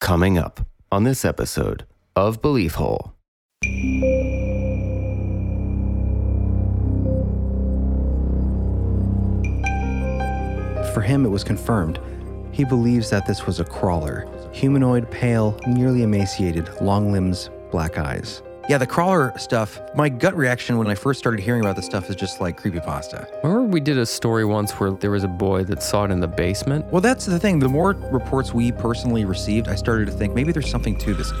Coming up on this episode of Belief Hole. For him, it was confirmed. He believes that this was a crawler humanoid, pale, nearly emaciated, long limbs, black eyes. Yeah, the crawler stuff, my gut reaction when I first started hearing about this stuff is just like creepypasta. Remember, we did a story once where there was a boy that saw it in the basement. Well, that's the thing. The more reports we personally received, I started to think maybe there's something to this.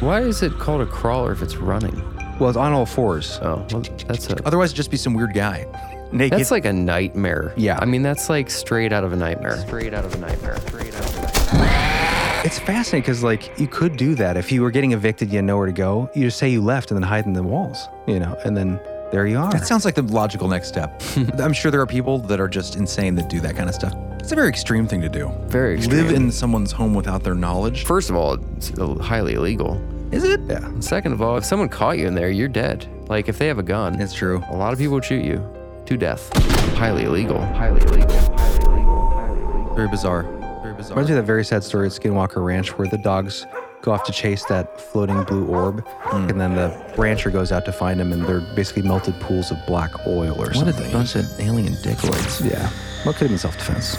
Why is it called a crawler if it's running? Well, it's on all fours. Oh, well, that's a Otherwise, it'd just be some weird guy. Naked. that's like a nightmare. Yeah. I mean that's like straight out of a nightmare. Straight out of a nightmare. Straight out of a nightmare. it's fascinating because, like, you could do that. If you were getting evicted, you had nowhere to go. You just say you left and then hide in the walls, you know, and then there you are. That sounds like the logical next step. I'm sure there are people that are just insane that do that kind of stuff. It's a very extreme thing to do. Very extreme. Live in someone's home without their knowledge. First of all, it's highly illegal. Is it? yeah, And second of all, if someone caught you in there, you're dead. Like if they have a gun, It's true. a lot of people would shoot you to death. Highly illegal. Highly illegal. Highly illegal. Highly illegal. Very bizarre. Very bizarre. Reminds me of that very sad story at Skinwalker Ranch where the dogs go off to chase that floating blue orb, Hmm. and then the rancher goes out to find him, and they're basically melted pools of black oil or What something. a bunch of alien dickoids. yeah. Well, it could have been self defense.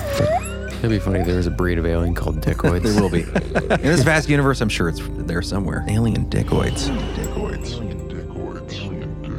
It'd be funny if there was a breed of alien called dickoids. There will be. in this vast universe, I'm sure it's there somewhere. Alien dickoids.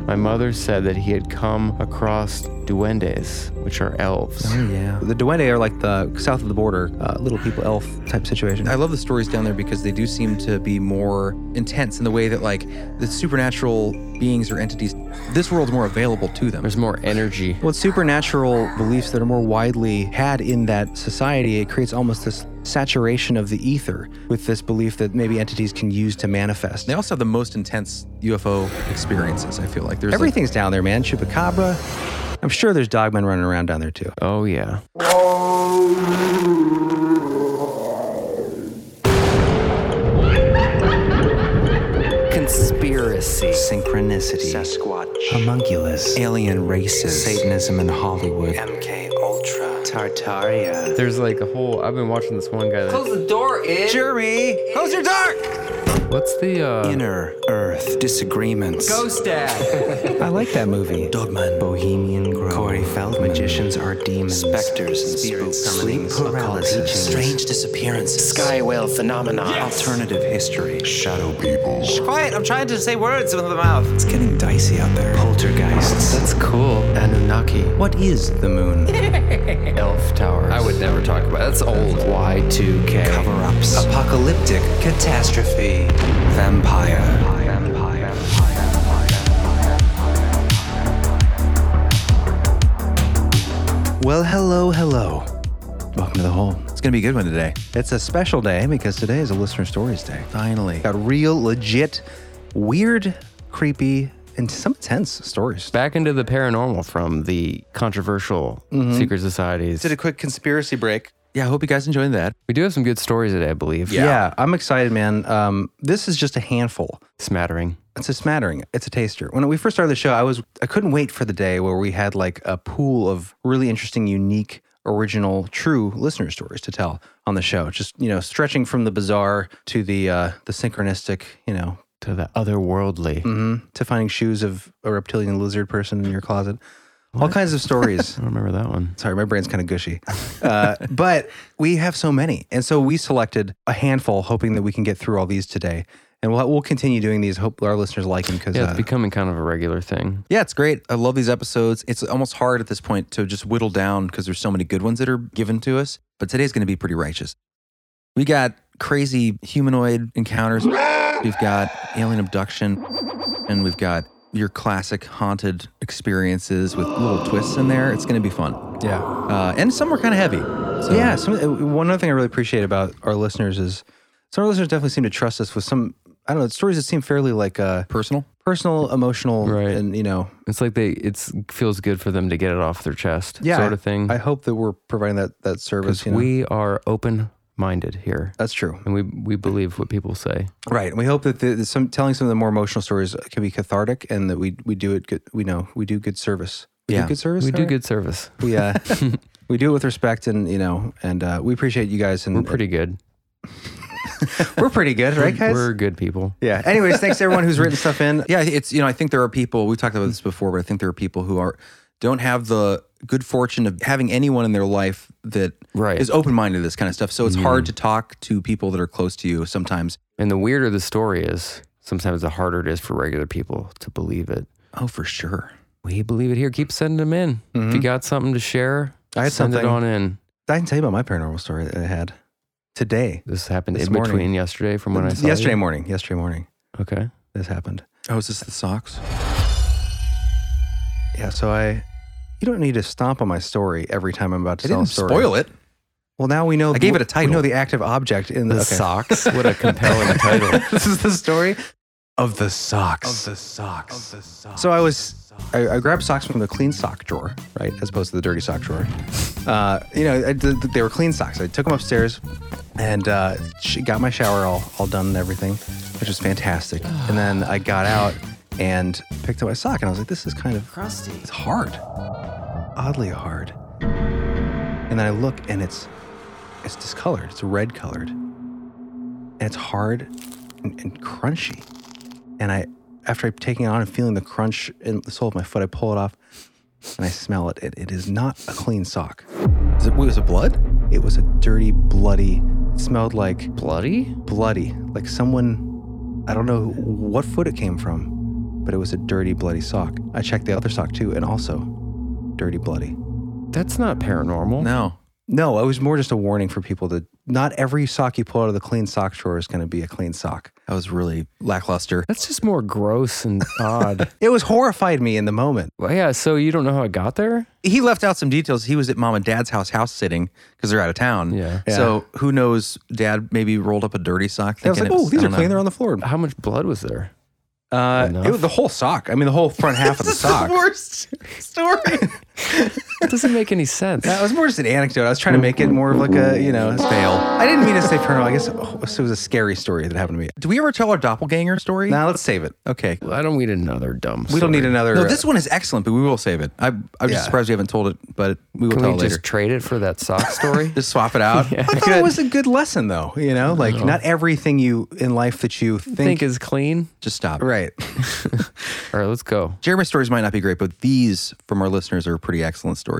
My mother said that he had come across duendes, which are elves. Yeah. The Duende are like the south of the border, uh, little people elf type situation. I love the stories down there because they do seem to be more intense in the way that, like, the supernatural beings or entities, this world's more available to them. There's more energy. Well, it's supernatural beliefs that are more widely had in that society, it creates almost this saturation of the ether with this belief that maybe entities can use to manifest. They also have the most intense UFO experiences, I feel like. There's like, Everything's down there, man. Chupacabra. I'm sure there's dogmen running around down there too. Oh yeah. Conspiracy. Synchronicity. Sasquatch. Homunculus. Alien races. Satanism in Hollywood. MK Ultra. Tartaria. There's like a whole. I've been watching this one guy. That, the door, Id. Jeremy! Close your door! what's the? uh Inner Earth. Disagreements. Ghost Dad. I like that movie. Dogman. Bohemian Grove. Corey Feldman. Magicians are demons. Specters and spirits, Sleep paralysis. Strange disappearances. Sky whale phenomenon. Alternative history. Shadow people. Quiet, I'm trying to say words with the mouth. It's getting dicey out there. Poltergeists. That's cool. Anunnaki. What is the moon? Elf towers. I would never talk about. That's old. Y2K. cover ups, apocalyptic catastrophe, vampire. Well, hello, hello. Welcome to the hole. Oh, it's going to be a good one today. It's a special day because today is a listener stories day. Finally. Got real, legit, weird, creepy, and some intense stories. Back into the paranormal from the controversial secret societies. Did a quick conspiracy break. Yeah, I hope you guys enjoyed that. we do have some good stories today, I believe. Yeah, I'm excited, man. Um, this is just a handful. Smattering. It's a smattering. It's a taster. When we first started the show, I was I couldn't wait for the day where we had like a pool of really interesting, unique, original, true listener stories to tell on the show. Just you know, stretching from the bizarre to the uh, the synchronistic, you know, To the otherworldly. mhm, to finding shoes of a reptilian lizard person in your closet. All kinds of stories. I don't remember that one. Sorry, my brain's kind of gushy. Uh, but we have so many. And so we selected a handful, hoping that we can get through all these today. And we'll, we'll continue doing these. Hope our listeners like them because Yeah, uh, it's becoming kind of a regular thing. Yeah, it's great. I love these episodes. It's almost hard at this point to just whittle down because there's so many good ones that are given to us. But today's going to be pretty righteous. We got crazy humanoid encounters. We've got alien abduction, and we've got your classic haunted experiences with little twists in there. It's going to be fun. yeah. Uh, and some were kind of heavy. So Yeah. Some, uh, one other thing I really appreciate about our listeners is some of our listeners definitely seem to trust us with some, I don't know, stories that seem fairly like uh, personal. personal, emotional, Right. and, you know, It's like they. It's feels good for them to get it off their chest. yeah. Sort of thing. I hope that we're providing that, that service. Because You know? we are open minded here That's true. and we, we believe what people say. Right, and we hope that the, the- some telling some of the more emotional stories can be cathartic, and that we we do it. Good, we know we do good service. We do Yeah. good service. We do Sorry? good service. We uh, we do it with respect, and you know, and uh, we appreciate you guys. And We're pretty good. We're pretty good, right, guys? We're good people. yeah. Anyways, thanks to everyone who's written stuff in. Yeah, it's you know I think there are people we've talked about this before, but I think there are people who are don't have the good fortune of having anyone in their life that Right. open minded to this kind of stuff. So it's Mm-hmm. hard to talk to people that are close to you sometimes. And the weirder the story is, sometimes the harder it is for regular people to believe it. Oh, for sure. We believe it here. Keep sending them in. If you got something to share, Mm-hmm. I had send something. it on in. I can tell you about my paranormal story that I had today. This happened This in morning. between yesterday from when I saw Yesterday you. morning. Yesterday morning. Okay. This happened. Oh, is this the socks? Yeah, so I you don't need to stomp on my story every time I'm about to I tell didn't a story. spoil it. Well, now we know. I gave it a title. We know the active object in the, The okay. socks. What a compelling title. this is the story of the socks. Of the socks. So I was, I, I grabbed socks from the clean sock drawer, right, as opposed to the dirty sock drawer. Uh, you know, I, did- they were clean socks. I took them upstairs and uh, sh- got my shower all, all done and everything, which was fantastic. And then I got out and picked up my sock, and I was like, this is kind of crusty. It's hard, oddly hard. And then I look, and it's it's discolored. It's red colored and it's hard and, and crunchy. And I, after taking it on and feeling the crunch in the sole of my foot, I pull it off and I smell it. It, it is not a clean sock. Is it, wait, was it blood? It was a dirty, bloody, it smelled like Bloody? bloody, like someone, I don't know what foot it came from, but it was a dirty, bloody sock. I checked the other sock too, and also dirty, bloody. That's not paranormal. No. No, it was more just a warning for people that not every sock you pull out of the clean sock drawer is going to be a clean sock. That was really lackluster. That's just more gross and odd. It was horrified me in the moment. well, yeah, so you don't know how I got there? He left out some details. He was at mom and dad's house house sitting because they're out of town. Yeah. So who knows? Dad maybe rolled up a dirty sock. I was like, thinking it oh, these are I don't clean. know. They're on the floor. How much blood was there? Uh, Enough. it was the whole sock. I mean, the whole front half of the sock. worst story. That doesn't make any sense. That was more just an anecdote. I was trying to make it more of like a, you know, fail. I didn't mean to say paranormal. I guess oh, this was a scary story that happened to me. Do we ever tell our doppelganger story? Now let's save it. Okay. I don't need another dumb We don't need another. uh, No, this one is excellent, but we will save it. I, I'm Yeah. just surprised we haven't told it, but we will Can tell we it later. just trade it for that sock story? Just swap it out. I thought it was a good lesson, though. You know, like not everything you in life that you think, think is clean. Just stop. right. All right, let's go. Jeremy's stories might not be great, but these from our listeners are pretty excellent stories.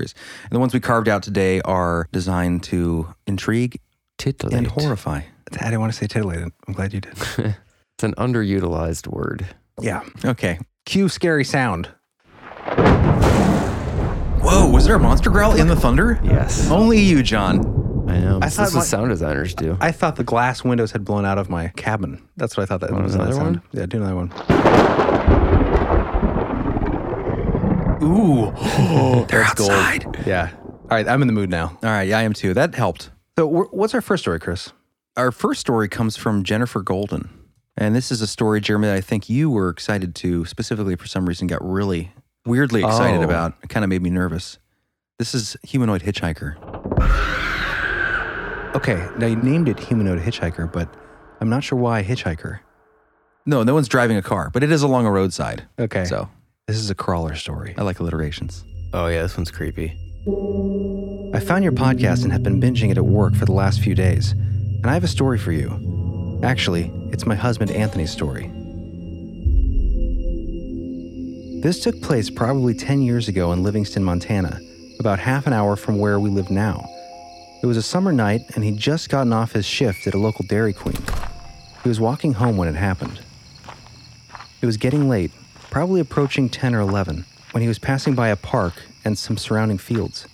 And the ones we carved out today are designed to intrigue Titillate. and horrify. I didn't want to say titillated. I'm glad you did. It's an underutilized word. Yeah. Okay. Cue scary sound. Whoa, was there a monster growl in the thunder? Yes. Only you, John. I know. I this thought is what my- sound designers do. I thought the glass windows had blown out of my cabin. That's what I thought that Oh, was. that another sound. one? Yeah, do another one. Ooh, they're outside. Yeah. All right, I'm in the mood now. All right, yeah, I am too. That helped. So, wh- what's our first story, Chris? Our first story comes from Jennifer Golden. And this is a story, Jeremy, that I think you were excited to specifically for some reason got really weirdly excited Oh. about. It kind of made me nervous. This is Humanoid Hitchhiker. Okay, now you named it humanoid hitchhiker, but I'm not sure why hitchhiker. No, no one's driving a car, but it is along a roadside. Okay, so So this is a crawler story. I like alliterations. Oh, yeah, this one's creepy. I found your podcast and have been binging it at work for the last few days, and I have a story for you. Actually, it's my husband Anthony's story. This took place probably 10 years ago in Livingston, Montana, about half an hour from where we live now. It was a summer night, and he'd just gotten off his shift at a local Dairy Queen. He was walking home when it happened. It was getting late, probably approaching 10 or 11, when he was passing by a park and some surrounding fields.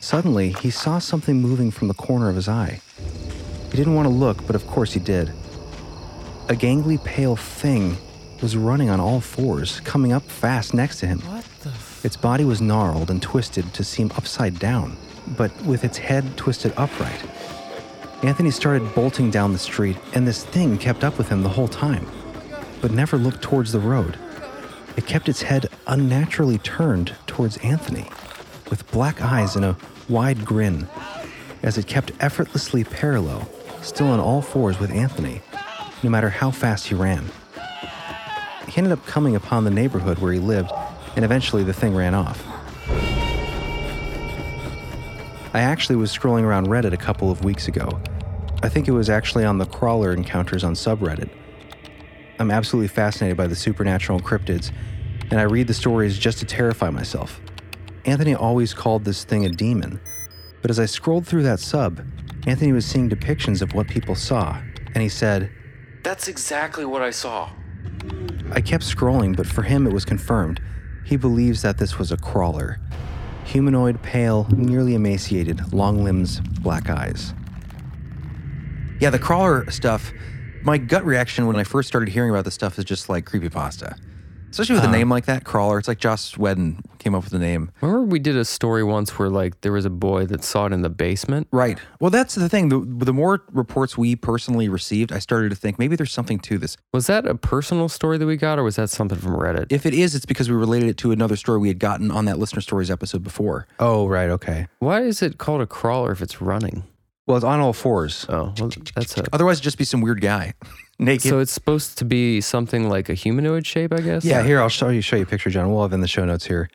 Suddenly, he saw something moving from the corner of his eye. He didn't want to look, but of course he did. A gangly pale thing was running on all fours, coming up fast next to him. What the its body was gnarled and twisted to seem upside down, but with its head twisted upright. Anthony started bolting down the street, and this thing kept up with him the whole time, but never looked towards the road. It kept its head unnaturally turned towards Anthony, with black eyes and a wide grin, as it kept effortlessly parallel, still on all fours with Anthony, no matter how fast he ran. He ended up coming upon the neighborhood where he lived, and eventually the thing ran off. I actually was scrolling around Reddit a couple of weeks ago, I think it was actually on the crawler encounters on subreddit. I'm absolutely fascinated by the supernatural and cryptids, and I read the stories just to terrify myself. Anthony always called this thing a demon, but as I scrolled through that sub, Anthony was seeing depictions of what people saw, and he said, That's exactly what I saw. I kept scrolling, but for him it was confirmed. He believes that this was a crawler. Humanoid, pale, nearly emaciated, long limbs, black eyes. Yeah, the crawler stuff, my gut reaction when I first started hearing about this stuff is just like creepypasta. Especially Uh-huh. with a name like that, crawler. It's like Joss Whedon came up with the name. Remember we did a story once where like there was a boy that saw it in the basement? Right. Well, that's the thing. The, the more reports we personally received, I started to think maybe there's something to this. Was that a personal story that we got or was that something from Reddit? If it is, it's because we related it to another story we had gotten on that listener stories episode before. Oh, right, okay. Why is it called a crawler if it's running? Well, it's on all fours. Oh, well, that's a Otherwise, it'd just be some weird guy naked. So it's supposed to be something like a humanoid shape, I guess. Yeah, here I'll show you show you a picture, John. We'll have it in the show notes here.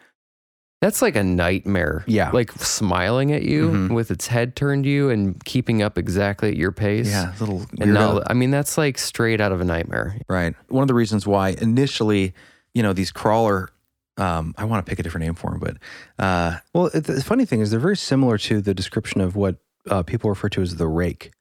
That's like a nightmare. Yeah. Mm-hmm. Like smiling at you with its head turned to you and keeping up exactly at your pace. yeah, little And weirdo. now, I mean, that's like straight out of a nightmare. Right. One of the reasons why initially, you know, these crawler, um, I want to pick a different name for them, but uh, Well, it, the funny thing is, they're very similar to the description of what uh, people refer to as the rake.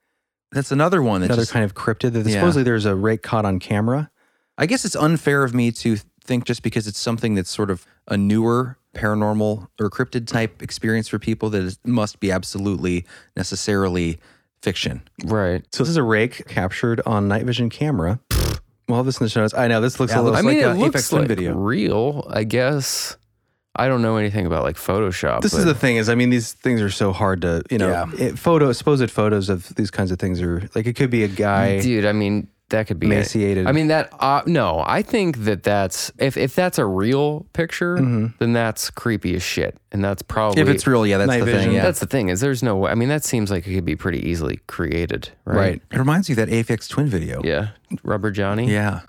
that's another one that's Another just, kind of cryptid. That Yeah. supposedly there's a rake caught on camera. I guess it's unfair of me to think just because it's something that's sort of a newer paranormal or cryptid type experience for people that it must be absolutely necessarily fiction. Right. So this is a rake captured on night vision camera. We'll have this in the show notes. I know this looks Yeah, a little. It's I mean, like it a Apex looks Twin like video. real, I guess. I don't know anything about like Photoshop. This is but- the thing is, I mean, these things are so hard to, you know, it, photo supposed photos of these kinds of things are like it could be a guy. dude. I mean, that could be it. Emaciated. I mean, that. Uh, no, I think that that's if if that's a real picture, Mm-hmm. then that's creepy as shit, and that's probably If it's real, yeah, that's Night the vision. thing. Yeah. That's the thing is there's no way. I mean, that seems like it could be pretty easily created, right? Right. it reminds me of that AFX twin video. Yeah. Rubber Johnny. Yeah.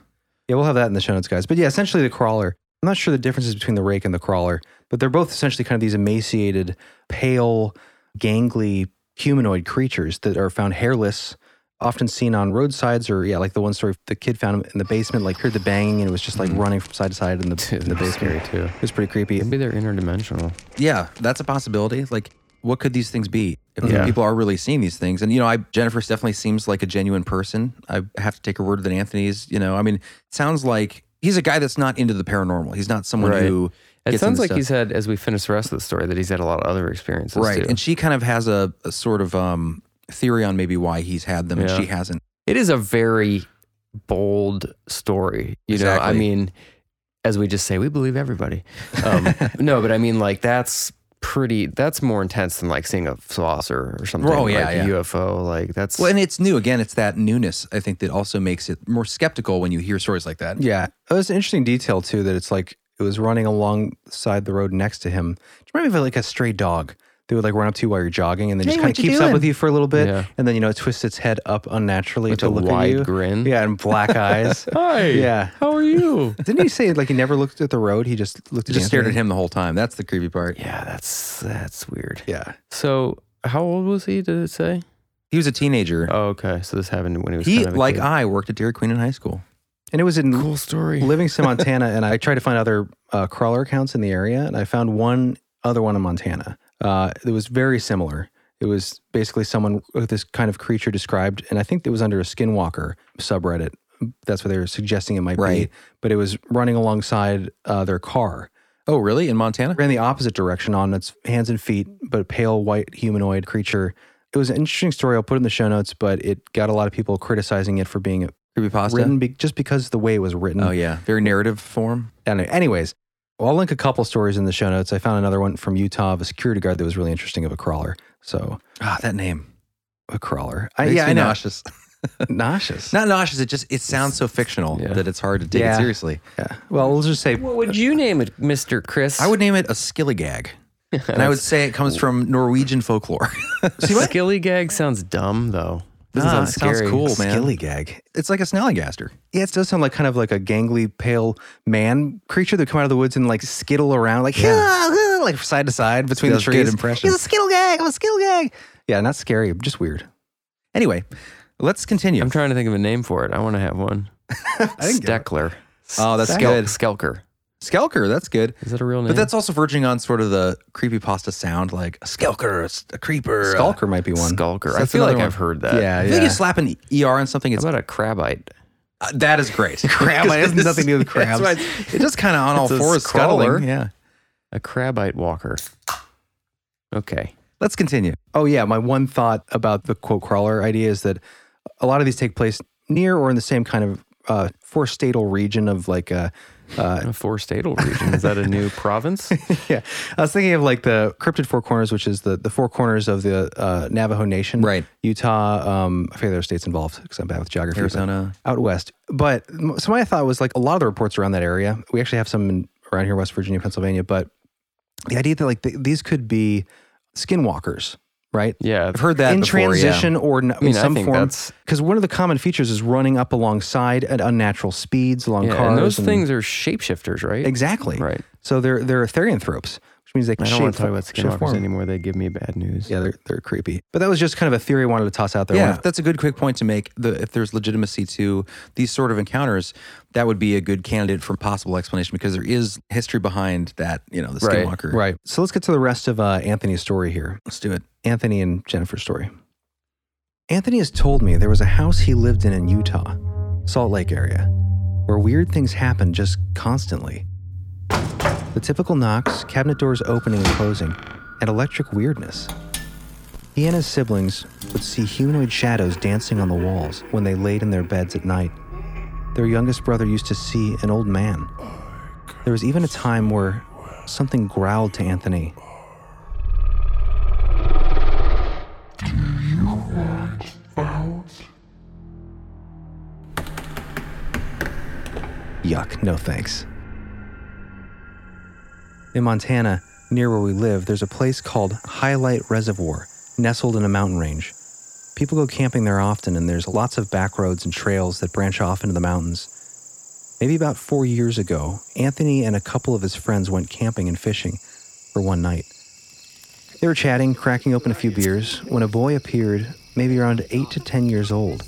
Yeah, we'll have that in the show notes, guys. But yeah, essentially the crawler. I'm not sure the differences between the rake and the crawler, but they're both essentially kind of these emaciated, pale, gangly humanoid creatures that are found hairless, often seen on roadsides or yeah, like the one story the kid found him in the basement, like heard the banging and was just Mm. like running from side to side in the in the basement. too. It was pretty creepy. Maybe they're interdimensional. Yeah, that's a possibility. Like, what could these things be if Yeah. people are really seeing these things? And you know, I Jennifer definitely seems like a genuine person. I have to take her word that Anthony's. You know, I mean, it sounds like he's a guy that's not into the paranormal. He's not someone Right. who. It gets sounds into like stuff. he's had, as we finish the rest of the story, that he's had a lot of other experiences right, too. and she kind of has a, a sort of um, theory on maybe why he's had them Yeah. and she hasn't. it is a very bold story. You know, I Exactly. mean, as we just say, we believe everybody. Um, no, but I mean, like that's pretty. That's more intense than like seeing a saucer or something. Oh, yeah, like yeah. UFO. Like that's Well, and it's new again. It's that newness I think that also makes it more skeptical when you hear stories like that. Yeah. It was an interesting detail too that it's like it was running alongside the road next to him. Do you remember if, like a stray dog? They would like run up to you while you're jogging and then just kind of what you keeps up with you for a little bit Yeah. and then you know it twists its head up unnaturally With to a look wide at you. grin. Yeah, and black eyes. hi. Yeah. How are you? Didn't he say like he never looked at the road? He just looked at Just stared at Anthony? him the whole time. That's the creepy part. yeah, that's that's weird. Yeah. So, how old was he? Did it say? He was a teenager. Oh, okay. So this happened when he was he, kind of a like kid. I, worked at Dairy Queen in high school. And it was in cool story. Livingston, Montana, and I tried to find other uh, crawler accounts in the area, and I found one other one in Montana uh, that was very similar. It was basically someone with this kind of creature described, and I think it was under a skinwalker subreddit. That's what they were suggesting it might Right. be, but it was running alongside uh, their car. Oh, really? In Montana? It ran the opposite direction on its hands and feet, but a pale white humanoid creature. It was an interesting story. I'll put it in the show notes, but it got a lot of people criticizing it for being Creepypasta? written be- just because the way it was written. Oh, yeah. Very narrative form. Anyway, anyways, well, I'll link a couple stories in the show notes. I found another one from Utah of a security guard that was really interesting of a crawler. So Ah, that name. a crawler. I, I, yeah, yeah, I know. nauseous. Nauseous. Not nauseous. It just it sounds so fictional yeah. that it's hard to take Yeah. it seriously. Yeah. Well, we'll just say What would you name it, Mister Chris? I would name it a skilligag. and I would say it comes from Norwegian folklore. Skilly gag sounds dumb though. Doesn't Ah, sound it sounds scary. cool, man. skillygag. it's like a snallygaster. Yeah, it does sound like kind of like a gangly, pale man creature that come out of the woods and like skittle around, like like side to side between That's the a trees. good impression. He's a skittle gag. I'm a skittle gag. Yeah, not scary, just weird. Anyway, let's continue. I'm trying to think of a name for it. I want to have one. Steckler. Oh, that's Skel- good. Skelker. Skelker, that's good. Is that a real name? But that's also verging on sort of the creepypasta sound, like a skelker, a s- a creeper. a- Skulker might be one. Skulker. So I that's feel like another one. I've heard that. Yeah, I think you slap an ER on something. How It's, about a crabite? uh, that is great. crab. it has nothing to do with crabs. It just kind of on all It's a fours scrawler. scuttling. Yeah. A crabite walker. Okay. Let's continue. Oh yeah, my one thought about the quote crawler idea is that a lot of these take place near or in the same kind of uh, forestatal region of like uh, uh, A forestatal region. Is that a new province? yeah. I was thinking of like the cryptid four corners, which is the the four corners of the uh, Navajo Nation, Right. Utah. Um, I forget the other states involved because I'm bad with geography. but Arizona. out west. But m- so my thought was like a lot of the reports around that area. We actually have some in, around here, West Virginia, Pennsylvania. But the idea that like th- these could be skinwalkers, right? Yeah. I've heard that in before, yeah. transition or n- in mean, I some think form. that's- Because one of the common features is running up alongside at unnatural speeds along Yeah, cars. and those and- things are shapeshifters, right? exactly Right. So they're they're therianthropes, which means they can I don't shape, want to talk about shape skinwalkers form. anymore. They give me bad news. Yeah, they're they're creepy. But that was just kind of a theory I wanted to toss out there. Yeah, One of- that's a good quick point to make. The, if there's legitimacy to these sort of encounters, that would be a good candidate for possible explanation because there is history behind that. You know, the Right, skinwalker. right. So let's get to the rest of uh, Anthony's story here. Let's do it. Anthony and Jennifer's story. Anthony has told me there was a house he lived in in Utah, Salt Lake area, where weird things happened just constantly. The typical knocks, cabinet doors opening and closing, and electric weirdness. He and his siblings would see humanoid shadows dancing on the walls when they laid in their beds at night. Their youngest brother used to see an old man. There was even a time where something growled to Anthony Yuck, no thanks. In Montana, near where we live, there's a place called Highlight Reservoir, nestled in a mountain range. People go camping there often, and there's lots of back roads and trails that branch off into the mountains. Maybe about four years ago, Anthony and a couple of his friends went camping and fishing for one night. They were chatting, cracking open a few beers, when a boy appeared, maybe around eight to ten years old.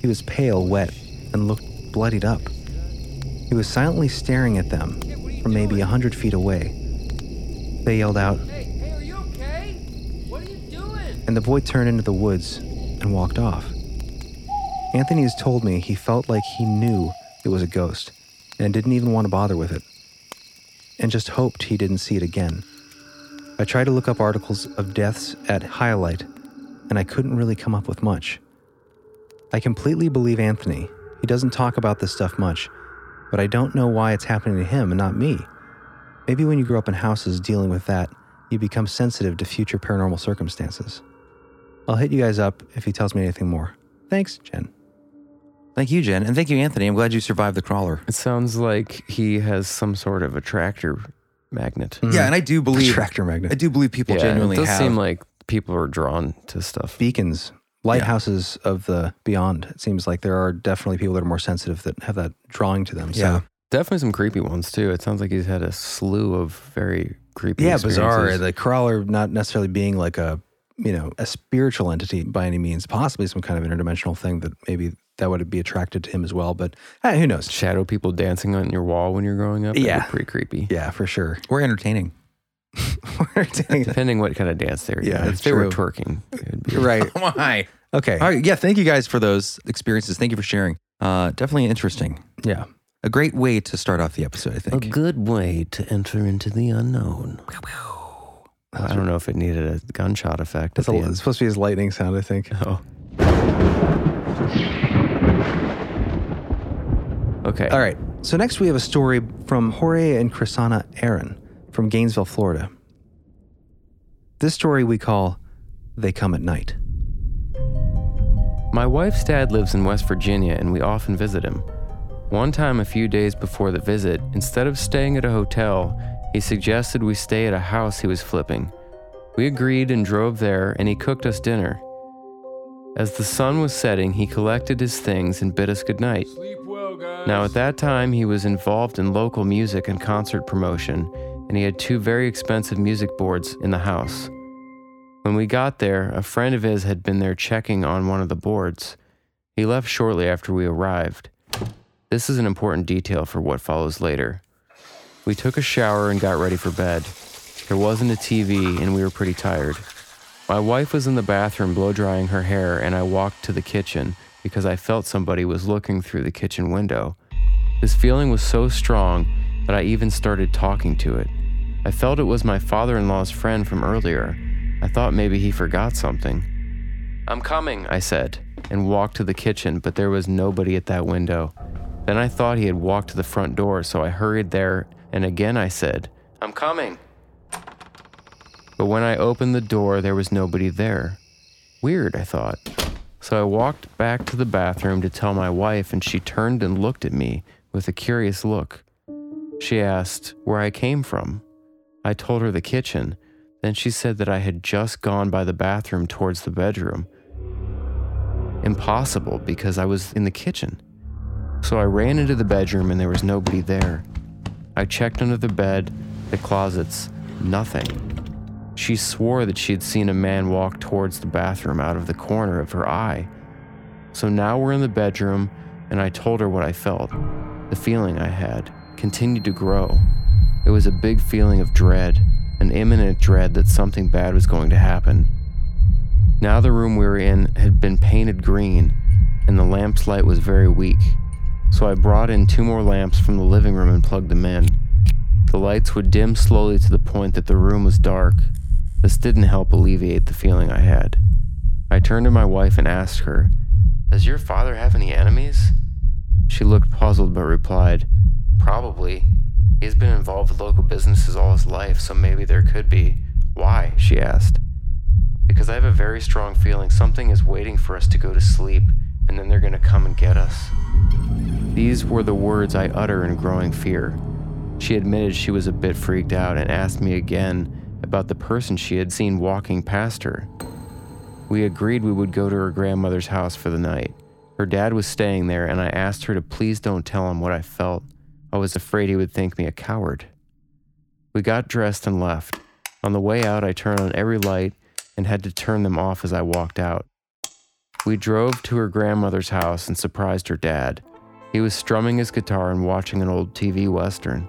He was pale, wet, and looked bloodied up. He was silently staring at them from maybe a hundred feet away. They yelled out, Hey, hey, are you okay? What are you doing? and the boy turned into the woods and walked off. Anthony has told me he felt like he knew it was a ghost and didn't even want to bother with it, and just hoped he didn't see it again. I tried to look up articles of deaths at Highlight, and I couldn't really come up with much. I completely believe Anthony. He doesn't talk about this stuff much, but I don't know why it's happening to him and not me. Maybe when you grow up in houses dealing with that, you become sensitive to future paranormal circumstances. I'll hit you guys up if he tells me anything more. Thanks, Jen. Thank you, Jen, and thank you, Anthony. I'm glad you survived the crawler. It sounds like he has some sort of attractor magnet. Yeah, and I do believe Tractor I magnet. do believe people Hmm. genuinely it does have. seem like people are drawn to stuff. Beacons, lighthouses of the beyond. It seems like there are definitely people that are more sensitive that have that drawing to them. Yeah. So, Definitely some creepy ones too. It sounds like he's had a slew of very creepy. yeah, bizarre. experiences. The crawler not necessarily being like a, you know, a spiritual entity by any means, possibly some kind of interdimensional thing that maybe that would be attracted to him as well. But eh, who knows? Shadow people dancing on your wall when you're growing up. That'd be Yeah. pretty creepy. Yeah, for sure. we're entertaining. Depending what kind of dance they're. Yeah, doing. it's if they were true. twerking, it'd be right. Why? Okay. All right. Yeah. Thank you guys for those experiences. Thank you for sharing. Uh, definitely interesting. Yeah. A great way to start off the episode, I think. good way to enter into the unknown. I don't know if it needed a gunshot effect. That's at a, the it's end. supposed to be his lightning sound, I think. Oh. Okay. All right. So next we have a story from Jorge and Chrisana Aaron from Gainesville, Florida. This story we call They Come at Night. My wife's dad lives in West Virginia and we often visit him. One time, a few days before the visit, instead of staying at a hotel, he suggested we stay at a house he was flipping. We agreed and drove there, and he cooked us dinner. As the sun was setting, he collected his things and bid us goodnight. Sleep well, guys. Now, at that time, he was involved in local music and concert promotion, and he had two very expensive music boards in the house. When we got there, a friend of his had been there checking on one of the boards. He left shortly after we arrived. This is an important detail for what follows later. We took a shower and got ready for bed. There wasn't a TV and we were pretty tired. My wife was in the bathroom blow drying her hair, and I walked to the kitchen because I felt somebody was looking through the kitchen window. This feeling was so strong that I even started talking to it. I felt it was my father in law's friend from earlier. I thought maybe he forgot something. I'm coming, I said, and walked to the kitchen, but there was nobody at that window. Then I thought he had walked to the front door, so I hurried there, and again I said, I'm coming. But when I opened the door, there was nobody there. Weird, I thought. So I walked back to the bathroom to tell my wife, and she turned and looked at me with a curious look. She asked where I came from. I told her the kitchen. Then she said that I had just gone by the bathroom towards the bedroom. Impossible because I was in the kitchen. So I ran into the bedroom and there was nobody there. I checked under the bed, the closets, nothing. She swore that she had seen a man walk towards the bathroom out of the corner of her eye. So now we're in the bedroom, and I told her what I felt. The feeling I had continued to grow. It was a big feeling of dread, an imminent dread that something bad was going to happen. Now the room we were in had been painted green, and the lamp's light was very weak. So I brought in two more lamps from the living room and plugged them in. The lights would dim slowly to the point that the room was dark. This didn't help alleviate the feeling I had. I turned to my wife and asked her, Does your father have any enemies? She looked puzzled but replied, Probably. He's been involved with local businesses all his life, so maybe there could be. Why? she asked. Because I have a very strong feeling something is waiting for us to go to sleep, and then they're going to come and get us. These were the words I utter in growing fear. She admitted she was a bit freaked out and asked me again about the person she had seen walking past her. We agreed we would go to her grandmother's house for the night. Her dad was staying there, and I asked her to please don't tell him what I felt. I was afraid he would think me a coward. We got dressed and left. On the way out, I turned on every light and had to turn them off as I walked out. We drove to her grandmother's house and surprised her dad. He was strumming his guitar and watching an old TV Western.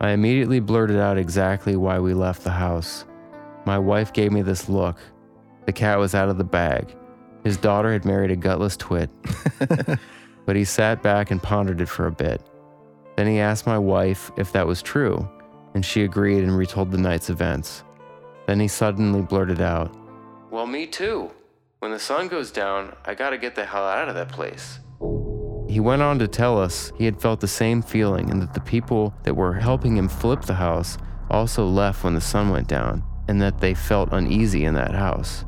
I immediately blurted out exactly why we left the house. My wife gave me this look. The cat was out of the bag. His daughter had married a gutless twit. but he sat back and pondered it for a bit. Then he asked my wife if that was true, and she agreed and retold the night's events. Then he suddenly blurted out, Well, me too. When the sun goes down, I gotta get the hell out of that place. He went on to tell us he had felt the same feeling and that the people that were helping him flip the house also left when the sun went down and that they felt uneasy in that house.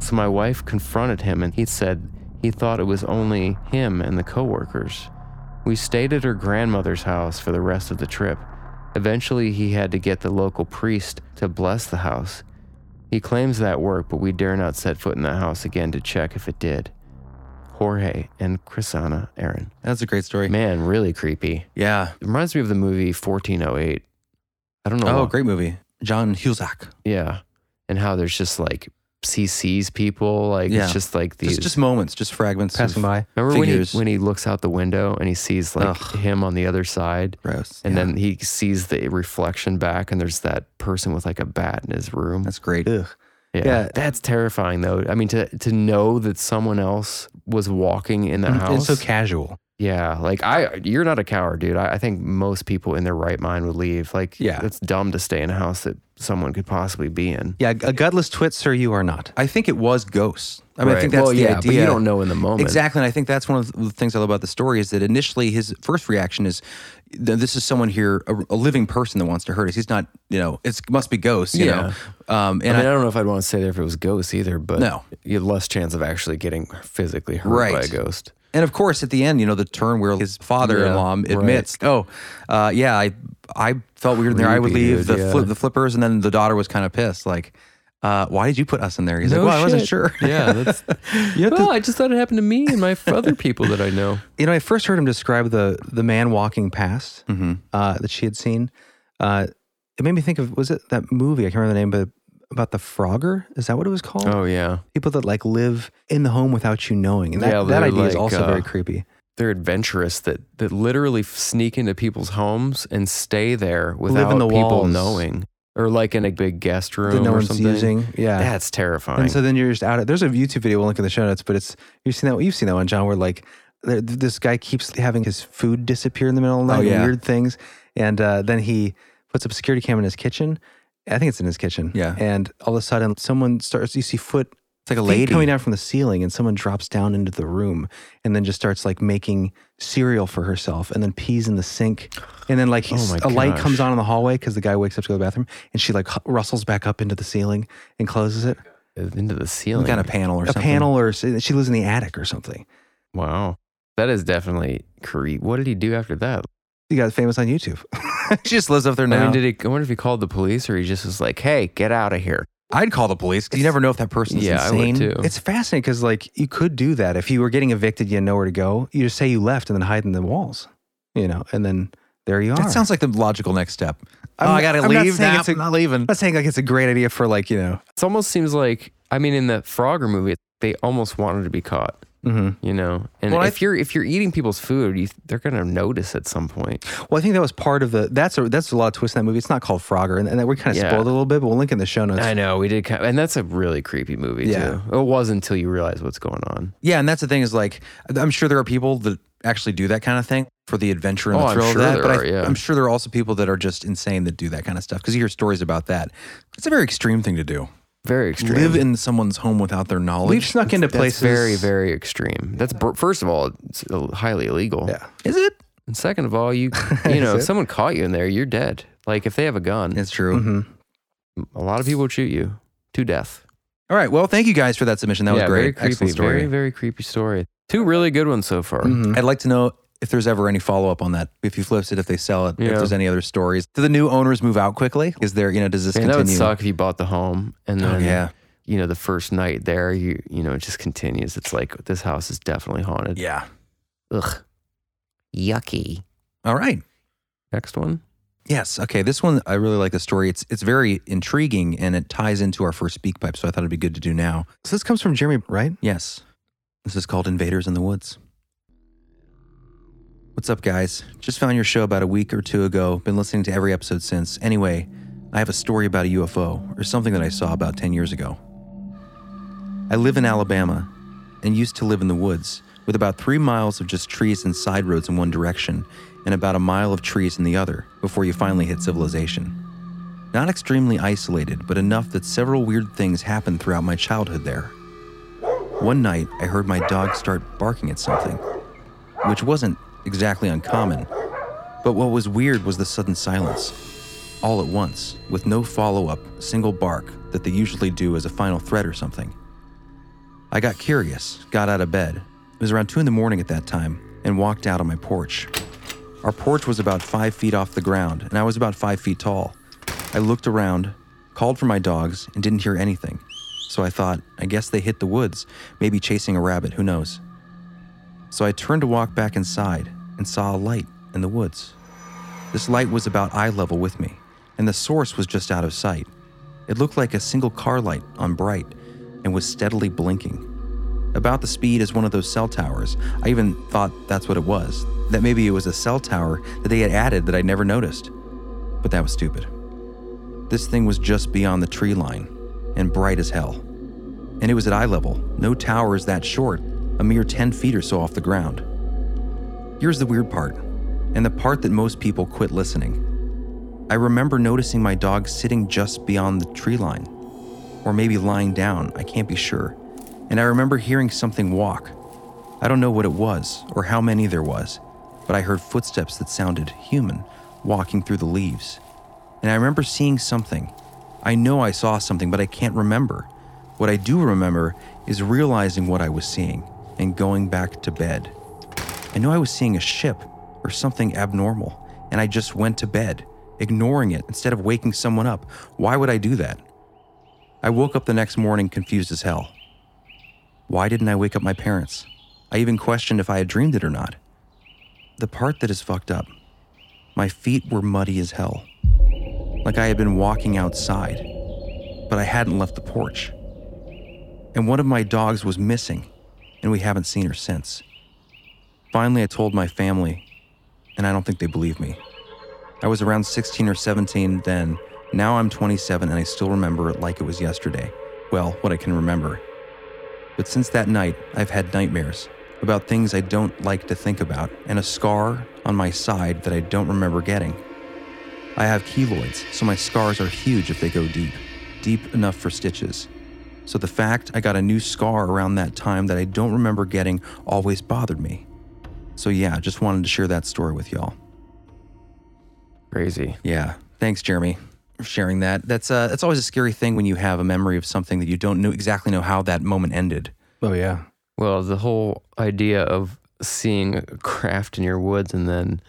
So my wife confronted him and he said he thought it was only him and the coworkers. We stayed at her grandmother's house for the rest of the trip. Eventually he had to get the local priest to bless the house. He claims that worked, but we dare not set foot in that house again to check if it did. Jorge and Chrisana Aaron. That's a great story. Man, really creepy. Yeah. It reminds me of the movie 1408. I don't know. Oh, why- great movie. John Husak. Yeah. And how there's just like CC's people. Like Yeah. it's just like these. Just, just moments, just fragments. Passing of- by. remember when he, figures. when he looks out the window and he sees like him on the other side Gross. and Yeah. then he sees the reflection back and there's that person with like a bat in his room. that's great. yeah. yeah. That's terrifying though. I mean, to, to know that someone else was walking in the Mm, It's house. so casual. Yeah, like I, you're not a coward, dude. I, I think most people in their right mind would leave. Like, Yeah. it's dumb to stay in a house that someone could possibly be in. Yeah, a gutless twit, sir, you are not. I think it was ghosts. I mean, I think Right. that's Well, the yeah, idea. but you don't know in the moment. Exactly. And I think that's one of the things I love about the story is that initially his first reaction is th- this is someone here, a, a living person that wants to hurt us. He's not, you know, it must be ghosts, you Yeah. know. Um, and I I mean, I, don't know if I'd want to stay there if it was ghosts either, but No. you have less chance of actually getting physically hurt Right. by a ghost. And of course, at the end, you know, the turn where his father-in-law Yeah, admits, "Oh, uh, yeah, I I felt weird in there. I would Creepy, leave the dude, flip, yeah. the flippers." And then the daughter was kind of pissed, like, uh, "Why did you put us in there?" He's like, "Well, I wasn't sure." Oh, Yeah, that's, well, I just thought it happened to me and my f- other people that I know. You know, I first heard him describe the the man walking past Mm-hmm. uh, that she had seen. Uh, it made me think of was it that movie? I can't remember the name, but about the Frogger. Is that what it was called? Oh yeah, People that like live in the home without you knowing. And that, Yeah, that they're idea is like, also uh, very creepy. they're adventurous that that literally f- sneak into people's homes and stay there without the people walls. knowing, or like in a big guest room That no or one's something. using. Yeah. That's terrifying. And so then you're just out. Of, there's a YouTube video. We'll link in the show notes, but it's you've seen that you've seen that one, John, where like th- th- this guy keeps having his food disappear in the middle of the Oh, night, yeah. weird things, and uh, then he puts up a security cam in his kitchen. I think it's in his kitchen. Yeah. And all of a sudden, someone starts. You see foot. It's like a lady. coming down from the ceiling, and someone drops down into the room, and then just starts like making cereal for herself, and then pees in the sink, and then like Oh, he's, my a light gosh. comes on in the hallway because the guy wakes up to go to the bathroom, and she like hu- rustles back up into the ceiling and closes it Uh, into the Some ceiling. kind of panel or a something. panel or s- she lives in the attic or something. wow, that is definitely creep. What did he do after that? He got famous on YouTube. She just lives up there I now. mean, did he? I wonder if he called the police or he just was like, "Hey, get out of here." I'd call the police 'cause you never know if that person's yeah, insane. I would too. It's fascinating because like you could do that if you were getting evicted, you had nowhere to go. You just say you left and then hide in the walls, you know, and then there you are. That sounds like the logical next step. I'm- oh, I gotta I'm not leave. saying now. it's a- I'm not leaving. I'm not saying like it's a great idea for like you know. It almost seems like I mean, in the Frogger movie, they almost wanted to be caught. Mhm. You know, and Well, I if you're if you're eating people's food, you, they're gonna notice at some point. Well, I think that was part of the. That's a that's a lot of twists in that movie. It's not called Frogger, and, and that we kind of Yeah. spoiled it a little bit, but we'll link in the show notes. I know we did, kind and that's a really creepy movie Yeah. too. It was until you realize what's going on. Yeah, and that's the thing is like I'm sure there are people that actually do that kind of thing for the adventure and Oh, the I'm thrill sure of that. there but are, I, yeah. I'm sure there are also people that are just insane that do that kind of stuff because you hear stories about that. It's a very extreme thing to do. Very extreme. Live in someone's home without their knowledge. We've snuck into That's places. very very extreme. That's br- first of all, it's uh, highly illegal. Yeah. is it? And second of all, you you know Is if it? someone caught you in there, you're dead. Like if they have a gun, It's true. Mm-hmm. Mhm. a lot of people would shoot you to death. All right. Well, thank you guys for that submission. That Yeah, was great. Very creepy. Excellent story. Very Mm-hmm. very creepy story. Two really good ones so far. Mhm. I'd like to know if there's ever any follow up on that. If he flips it, if they sell it, if Yeah. there's any other stories. Do the new owners move out quickly? Is there, you know, does this Man, that continue? would suck if you bought the home and Oh, then yeah. you know the first night there you you know it just continues. It's like this house is definitely haunted. Yeah. Ugh. Yucky. All right. Next one. Yes. Okay. This one I really like the story. It's it's very intriguing and it ties into our first speak pipe, so I thought it'd be good to do now. So this comes from Jeremy, right? Yes. This is called Invaders in the Woods. What's up, guys? Just found your show about a week or two ago. Been listening to every episode since. Anyway, I have a story about a UFO or something that I saw about 10 years ago. I live in Alabama and used to live in the woods with about three miles of just trees and side roads in one direction and about a mile of trees in the other before you finally hit civilization. Not extremely isolated, but enough that several weird things happened throughout my childhood there. One night, I heard my dog start barking at something, which wasn't exactly uncommon. But what was weird was the sudden silence, all at once, with no follow up, single bark that they usually do as a final threat or something. I got curious, got out of bed. It was around 2 in the morning at that time, and walked out on my porch. Our porch was about five feet off the ground, and I was about five feet tall. I looked around, called for my dogs, and didn't hear anything. So I thought, I guess they hit the woods, maybe chasing a rabbit, who knows. So I turned to walk back inside and saw a light in the woods. This light was about eye level with me, and the source was just out of sight. It looked like a single car light on bright and was steadily blinking about the speed as one of those cell towers. I even thought that's what it was, that maybe it was a cell tower that they had added that I never noticed. But that was stupid. This thing was just beyond the tree line and bright as hell. And it was at eye level, no tower is that short, a mere 10 feet or so off the ground. Here's the weird part, and the part that most people quit listening. I remember noticing my dog sitting just beyond the tree line, or maybe lying down, I can't be sure. And I remember hearing something walk. I don't know what it was or how many there was, but I heard footsteps that sounded human walking through the leaves. And I remember seeing something. I know I saw something, but I can't remember. What I do remember is realizing what I was seeing and going back to bed. I knew I was seeing a ship or something abnormal, and I just went to bed, ignoring it instead of waking someone up. Why would I do that? I woke up the next morning confused as hell. Why didn't I wake up my parents? I even questioned if I had dreamed it or not. The part that is fucked up my feet were muddy as hell, like I had been walking outside. but I hadn't left the porch. And one of my dogs was missing, and we haven't seen her since. Finally, I told my family, and I don't think they believe me. I was around 16 or 17 then. Now I'm 27 and I still remember it like it was yesterday. Well, what I can remember. But since that night, I've had nightmares about things I don't like to think about and a scar on my side that I don't remember getting. I have keloids, so my scars are huge if they go deep, deep enough for stitches. So the fact I got a new scar around that time that I don't remember getting always bothered me. So yeah, just wanted to share that story with y'all. Crazy. Yeah. Thanks, Jeremy, for sharing that. That's uh, that's always a scary thing when you have a memory of something that you don't know exactly know how that moment ended. Oh, yeah. Well, the whole idea of seeing a craft in your woods and then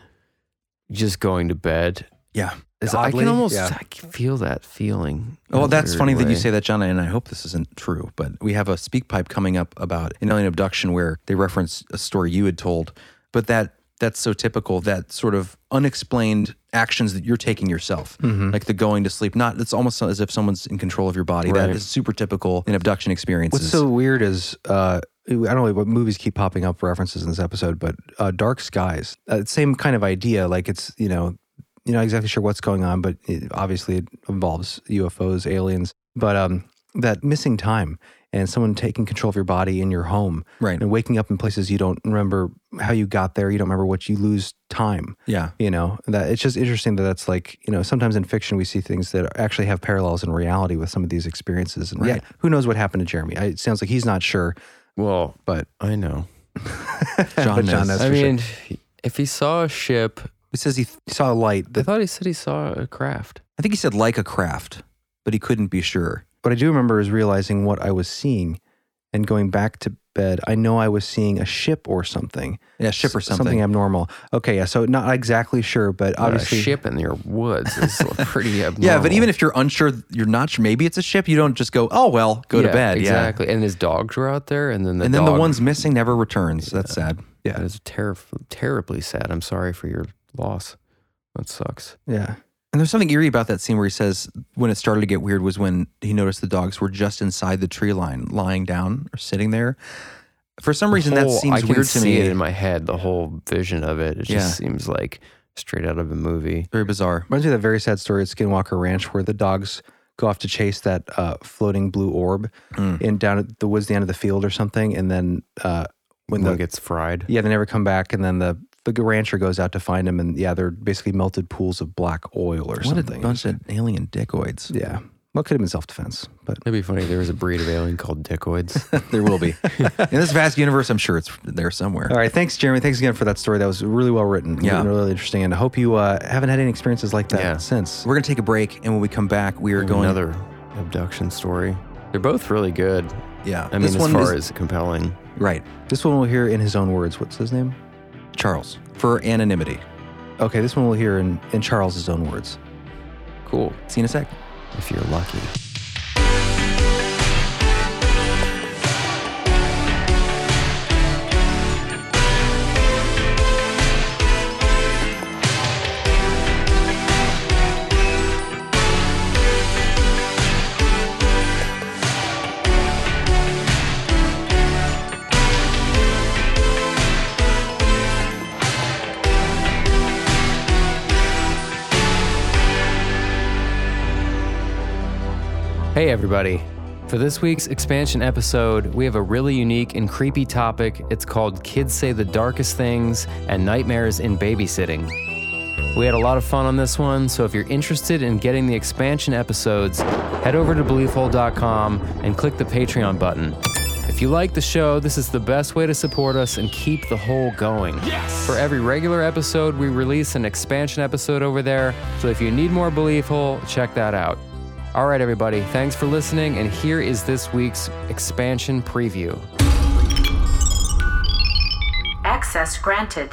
just going to bed Yeah. is I Oddly, can almost yeah. I can feel that feeling. in Well, a that's weird funny that way. you say that, John, and I hope this isn't true, but we have a speak pipe coming up about an alien abduction where they reference a story you had told, but that that's so typical that sort of unexplained actions that you're taking yourself, Mm-hmm. like the going to sleep. Not it's almost as if someone's in control of your body. That Right. is super typical in abduction experiences. What's so weird is uh, I don't know what movies keep popping up references in this episode, but uh, Dark Skies, uh, same kind of idea. Like it's you know you're not exactly sure what's going on, but it, obviously it involves UFOs, aliens, but um, that missing time and someone taking control of your body in your home right? and waking up in places you don't remember how you got there, you don't remember what you lose time. Yeah, You know that it's just interesting that that's like you know sometimes in fiction we see things that actually have parallels in reality with some of these experiences. And yeah, Right. who knows what happened to Jeremy? I, it sounds like he's not sure. Well, But- I know. John but John knows. knows I for sure. mean, if he saw a ship, It says he th- He saw a light. I That, thought he said he saw a craft. I think he said like a craft, but he couldn't be sure. what I do remember is realizing what I was seeing, and going back to bed. I know I was seeing a ship or something. Yeah, ship or S- something. abnormal. Okay, yeah. So not exactly sure, but But obviously a ship in your woods is pretty abnormal. yeah, but even if you're unsure, you're not sure. Maybe it's a ship. You don't just go, oh well, go to Yeah, bed. Exactly. And his dogs were out there, and then the Yeah. And then the dog- one's missing never returns. That's sad. that is terrif- terribly sad. I'm sorry for your loss. That sucks. yeah. And there's something eerie about that scene where he says when it started to get weird was when he noticed the dogs were just inside the tree line, lying down or sitting there. For some reason, that whole- seems I can weird to see me. it in my head. The whole vision of it. It just Yeah. seems like straight out of a movie. Very bizarre. Reminds me of that very sad story at Skinwalker Ranch where the dogs go off to chase that uh, floating blue orb Mm. in down at the woods, the end of the field or something, and then uh, when When the it gets fried. yeah they never come back, and then the the rancher goes out to find them, and yeah, they're basically melted pools of black oil or What a something. bunch of alien dickoids. yeah, well, it could have been self defense, but It'd be funny if there was a breed of alien called dickoids. there will be. in this vast universe, I'm sure it's there somewhere. All right, thanks, Jeremy. Thanks again for that story. That was really well written, Yeah. and really interesting. And I hope you uh, haven't had any experiences like that Yeah. since. We're going to take a break. And when we come back, Oh, we are going. Another abduction story. They're both really good. Yeah. I mean, as far as compelling. Right. This one we'll hear in his own words. What's his name? Charles, for anonymity. Okay, this one we'll hear in, in Charles's own words. Cool. See you in a sec. If you're lucky. Hey, everybody. For this week's expansion episode, we have a really unique and creepy topic. It's called Kids Say the Darkest Things and Nightmares in Babysitting. We had a lot of fun on this one, so if you're interested in getting the expansion episodes, head over to beliefhole.com and click the Patreon button. If you like the show, this is the best way to support us and keep the whole going. For every regular episode, we release an expansion episode over there, so if you need more Belief Hole, check that out. All right, everybody, thanks for listening, and here is this week's expansion preview. Access granted.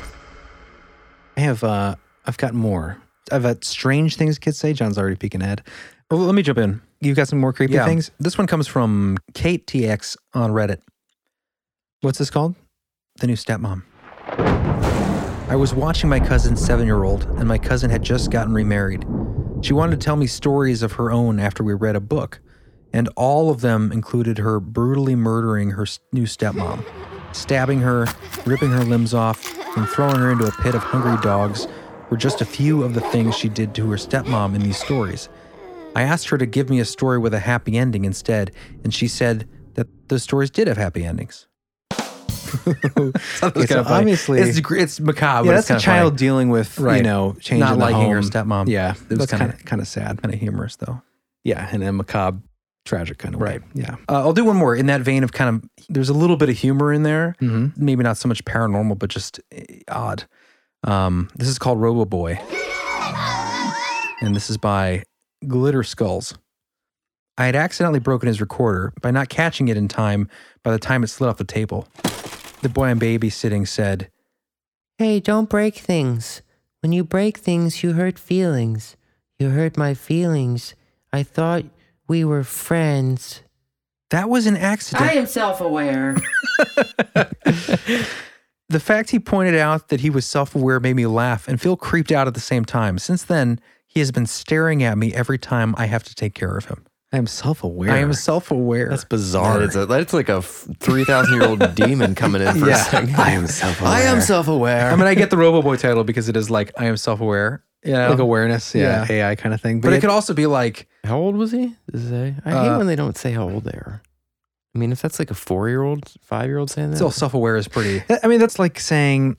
I have uh, I've got more. I've got strange things kids say. John's already peeking ahead. Oh, Well, let me jump in. You've got some more creepy things. This one comes from Kate TX on Reddit. What's this called? the new stepmom. I was watching my cousin's seven year old, and my cousin had just gotten remarried. She wanted to tell me stories of her own after we read a book, and all of them included her brutally murdering her s- new stepmom, stabbing her, ripping her limbs off, and throwing her into a pit of hungry dogs were just a few of the things she did to her stepmom in these stories. I asked her to give me a story with a happy ending instead, and she said that those stories did have happy endings. That's Okay, kinda funny. so obviously- it's, gr- it's macabre. Yeah, but that's it's kinda a child funny. dealing with you Right. know changing Not the liking her home. stepmom. Yeah, It was kind kinda- of kind of sad, kind of humorous though. yeah, in a macabre, tragic kind of Right. way. Yeah, uh, I'll do one more in that vein of kind of. There's a little bit of humor in there, Mm-hmm. maybe not so much paranormal, but just eh, odd. Um, this is called Robo Boy, and this is by Glitter Skulls. I had accidentally broken his recorder by not catching it in time. By the time it slid off the table, the boy I'm babysitting said, Hey, don't break things. When you break things, you hurt feelings. You hurt my feelings. I thought we were friends. "That was an accident." am self aware. The fact he pointed out that he was self aware made me laugh and feel creeped out at the same time. Since then, he has been staring at me every time I have to take care of him. I am self-aware. I am self aware. That's bizarre. That's, a, that's like a three thousand year old demon coming in for Yeah. a second. I am self-aware. I am self-aware. I mean, I get the Roboboy title because it is like, I am self aware. Yeah. like awareness, yeah, Yeah. AI kind of thing. but it could also be like, how old was he? Does it say? I Uh, hate when they don't say how old they are. I mean, if that's like a four-year-old, five-year-old saying that, still self aware is pretty. al- I mean, that's like saying,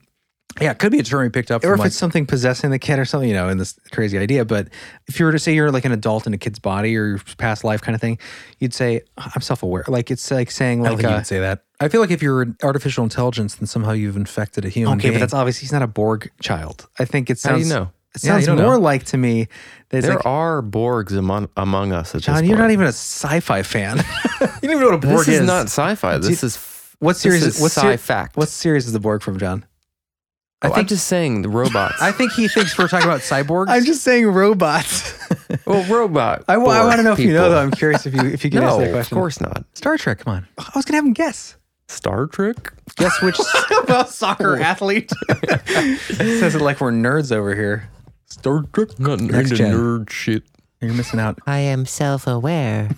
Yeah, it could be a term we picked up. or from if like, it's something possessing the kid or something, you know, in this crazy idea. But if you were to say you're like an adult in a kid's body or your past life kind of thing, you'd say I'm self-aware. Like it's like saying I don't like, think you uh, would say that. I feel like if you're an artificial intelligence, then somehow you've infected a human. okay, but being. that's obvious. He's not a Borg child. I think it how do sounds. you know? It Yeah, you sounds don't more know. like to me that it's There like, are Borgs among among us at this John, point. you're not even a sci-fi fan. you don't even know what a Borg e- This is not sci-fi. This is f- What this series? Is what sci seri- fact? What series is the Borg from, John? I I think think- Oh, just saying the robots. I think he thinks we're talking about cyborgs. I'm just saying robots. well, robot. I, Borg want to know if you know people. though. I'm curious if you if you can no, answer that of question. course not. Star Trek, come on. I was gonna have him guess. Star Trek. Guess which soccer athlete says it like we're nerds over here. Star Trek. Not Next gen. nerd shit. You're missing out. Ah, I am self aware.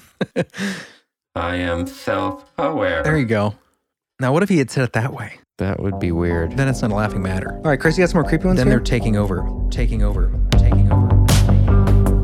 I am self aware. There you go. Now, what if he had said it that way? That would be weird. Then it's not a laughing matter. All right, Chris, you got some more creepy ones. Then here? they're taking over, taking over, taking over.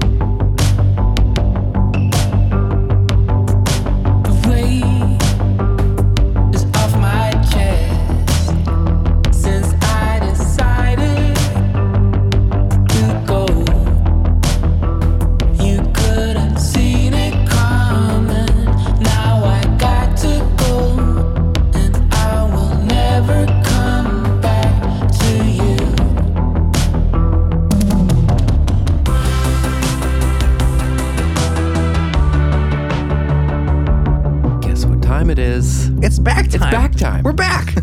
Guess what time it is? Oh. It's back time. It's back time. We're back.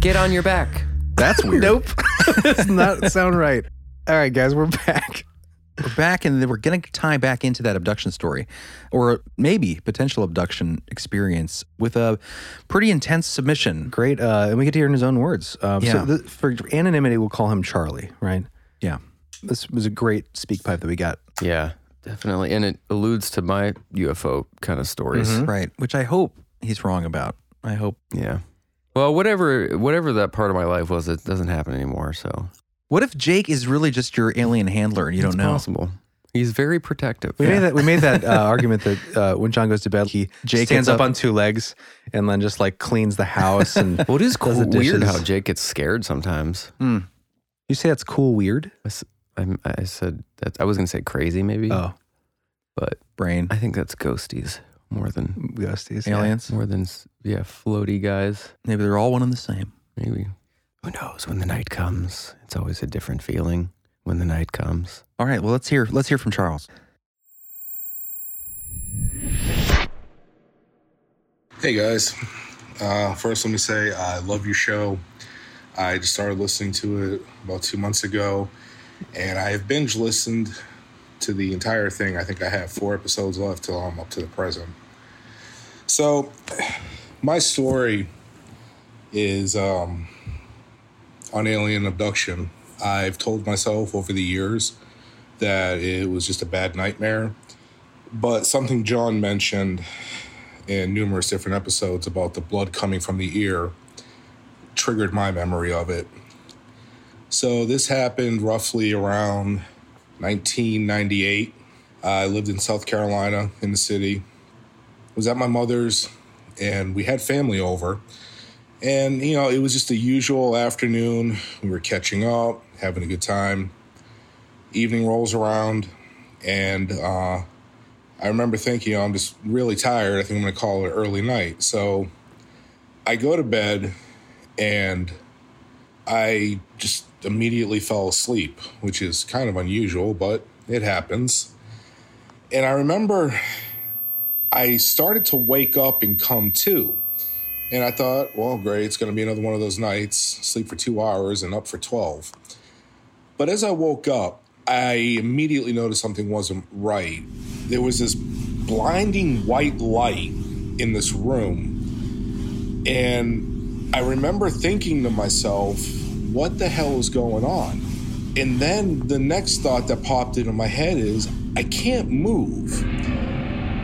Get on your back. That's weird. nope. Does not sound right. All right, guys, we're back. We're back, and then we're going to tie back into that abduction story, or maybe potential abduction experience with a pretty intense submission. Great. Uh, and we get to hear in his own words. Um, Yeah. So the, for anonymity, we'll call him Charlie, right? Yeah. This was a great speak pipe that we got. Yeah, definitely. And it alludes to my UFO kind of stories. Mm-hmm. Right. Which I hope he's wrong about. I hope. Yeah. Well, whatever whatever that part of my life was, it doesn't happen anymore. So What if Jake is really just your alien handler and you it's don't know? possible. He's very protective. We made that. We made that uh, argument that uh, when John goes to bed, he Jake stands gets up up- on two legs and then just like cleans the house. And Well, it is cool, the weird dishes. how Jake gets scared sometimes. you say that's cool, weird. I, s- I'm- I said that I was gonna say crazy maybe, Oh, but Brain. I think that's ghosties more than ghosties, yeah. Aliens. more than s- yeah floaty guys. Maybe they're all one and the same. Maybe who knows when the night comes? It's always a different feeling when the night comes. All right. Well, let's hear. Let's hear from Charles. Hey guys. Uh, first, let me say I love your show. I just started listening to it about two months ago, and I have binge listened to the entire thing. I think I have four episodes left till I'm up to the present. So, my story is um, on alien abduction. I've told myself over the years that it was just a bad nightmare But something John mentioned in numerous different episodes about the blood coming from the ear triggered my memory of it. So this happened roughly around 1998. I lived in South Carolina in the city. Was at my mother's and we had family over. And you know, it was just the usual afternoon. We were catching up, having a good time. Evening rolls around and uh I remember thinking, you know, I'm just really tired. I think I'm going to call it an early night. So I go to bed and I just immediately fell asleep, which is kind of unusual, but it happens. And I remember I started to wake up and come to. And I thought, well, great, it's going to be another one of those nights, sleep for two hours and up for 12. But as I woke up, I immediately noticed something wasn't right. There was this blinding white light in this room. And I remember thinking to myself, what the hell is going on? And then the next thought that popped into my head is, I can't move.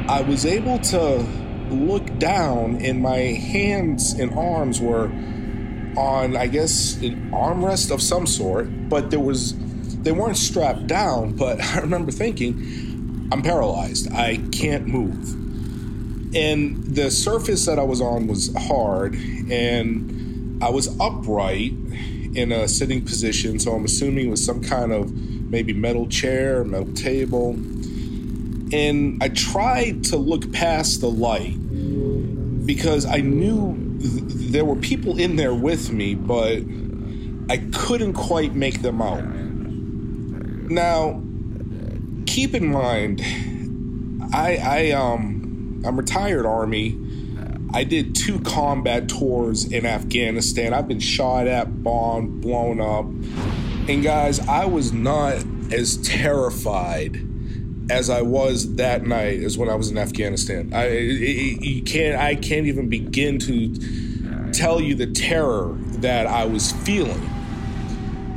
I was able to look down, and my hands and arms were on, I guess, an armrest of some sort, but there was they weren't strapped down, but I remember thinking, I'm paralyzed. I can't move. And the surface that I was on was hard, and I was upright in a sitting position, so I'm assuming it was some kind of maybe metal chair, metal table. And I tried to look past the light because I knew th- there were people in there with me, but I couldn't quite make them out. Now, keep in mind, I, I um, I'm retired Army. I did two combat tours in Afghanistan. I've been shot at, bombed, blown up. And guys, I was not as terrified as I was that night as when I was in Afghanistan. I, I- I- you can't, I can't even begin to tell you the terror that I was feeling.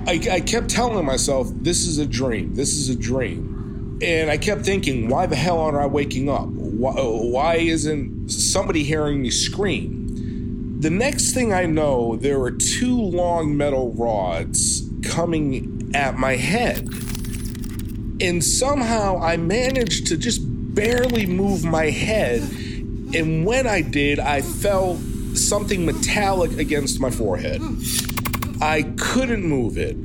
I, I kept telling myself, this is a dream. This is a dream. And I kept thinking, why the hell aren't I waking up? Why, why isn't somebody hearing me scream? The next thing I know, there are two long metal rods coming at my head. And somehow I managed to just barely move my head. And when I did, I felt something metallic against my forehead. I couldn't move it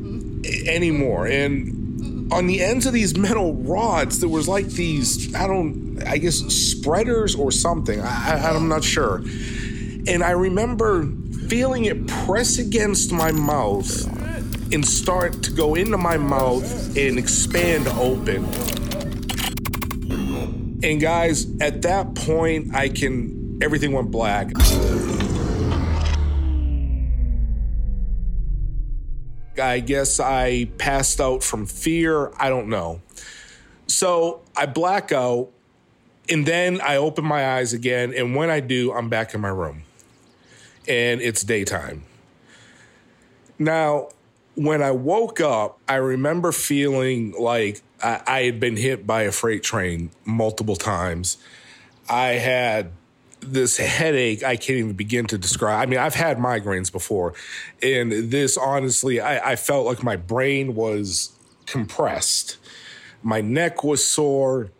a- anymore. And on the ends of these metal rods, there was like these, I don't, I guess spreaders or something. I, I, I'm not sure. And I remember feeling it press against my mouth and start to go into my mouth and expand open. And guys, at that point, I can, everything went black. I guess I passed out from fear. I don't know. So I black out and then I open my eyes again. And when I do, I'm back in my room and it's daytime. Now, when I woke up, I remember feeling like I, I had been hit by a freight train multiple times. I had this headache I can't even begin to describe. I mean, I've had migraines before, and this honestly, I, I felt like my brain was compressed, my neck was sore,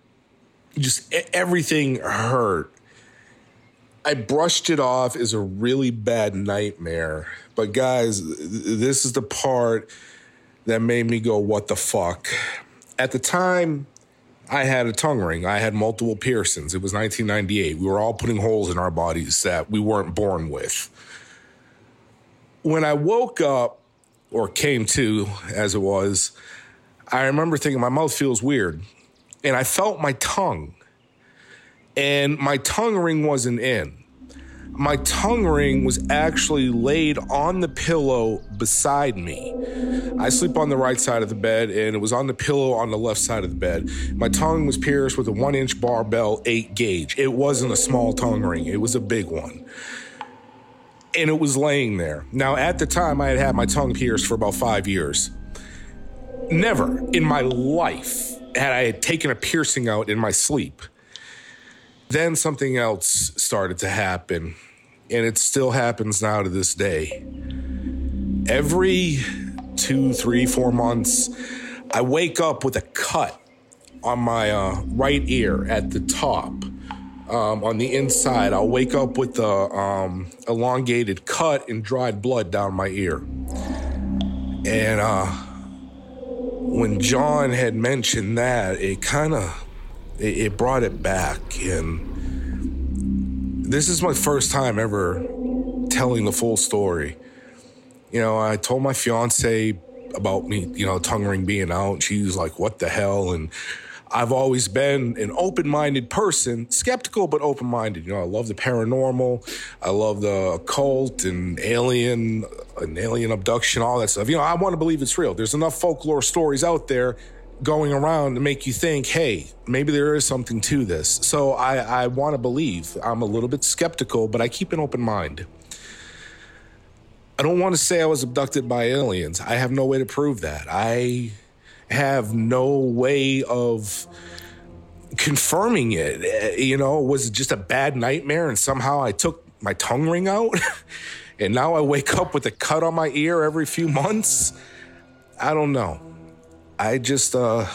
just e- everything hurt. I brushed it off as a really bad nightmare. But guys, th- this is the part that made me go, what the fuck? At the time, I had a tongue ring. I had multiple piercings. It was 1998. We were all putting holes in our bodies that we weren't born with. When I woke up, or came to as it was, I remember thinking, my mouth feels weird. And I felt my tongue. And my tongue ring wasn't in. My tongue ring was actually laid on the pillow beside me. I sleep on the right side of the bed, and it was on the pillow on the left side of the bed. My tongue was pierced with a one inch barbell, eight gauge. It wasn't a small tongue ring, it was a big one. And it was laying there. Now, at the time, I had had my tongue pierced for about five years. Never in my life had I taken a piercing out in my sleep. Then something else started to happen, and it still happens now to this day. Every two, three, four months, I wake up with a cut on my uh, right ear at the top. Um, on the inside, I'll wake up with a um, elongated cut and dried blood down my ear. And uh, when John had mentioned that, it kind of it, it brought it back. And this is my first time ever telling the full story. You know, I told my fiance about me, you know, tongue ring being out. And she was like, "What the hell?" And I've always been an open minded person, skeptical but open minded. You know, I love the paranormal, I love the occult and alien, an alien abduction, all that stuff. You know, I want to believe it's real. There's enough folklore stories out there going around to make you think, hey, maybe there is something to this. So I, I want to believe. I'm a little bit skeptical, but I keep an open mind. I don't want to say I was abducted by aliens. I have no way to prove that. I have no way of confirming it. Eh, You know, was it just a bad nightmare and somehow I took my tongue ring out and now I wake up with a cut on my ear every few months? I don't know. I just uh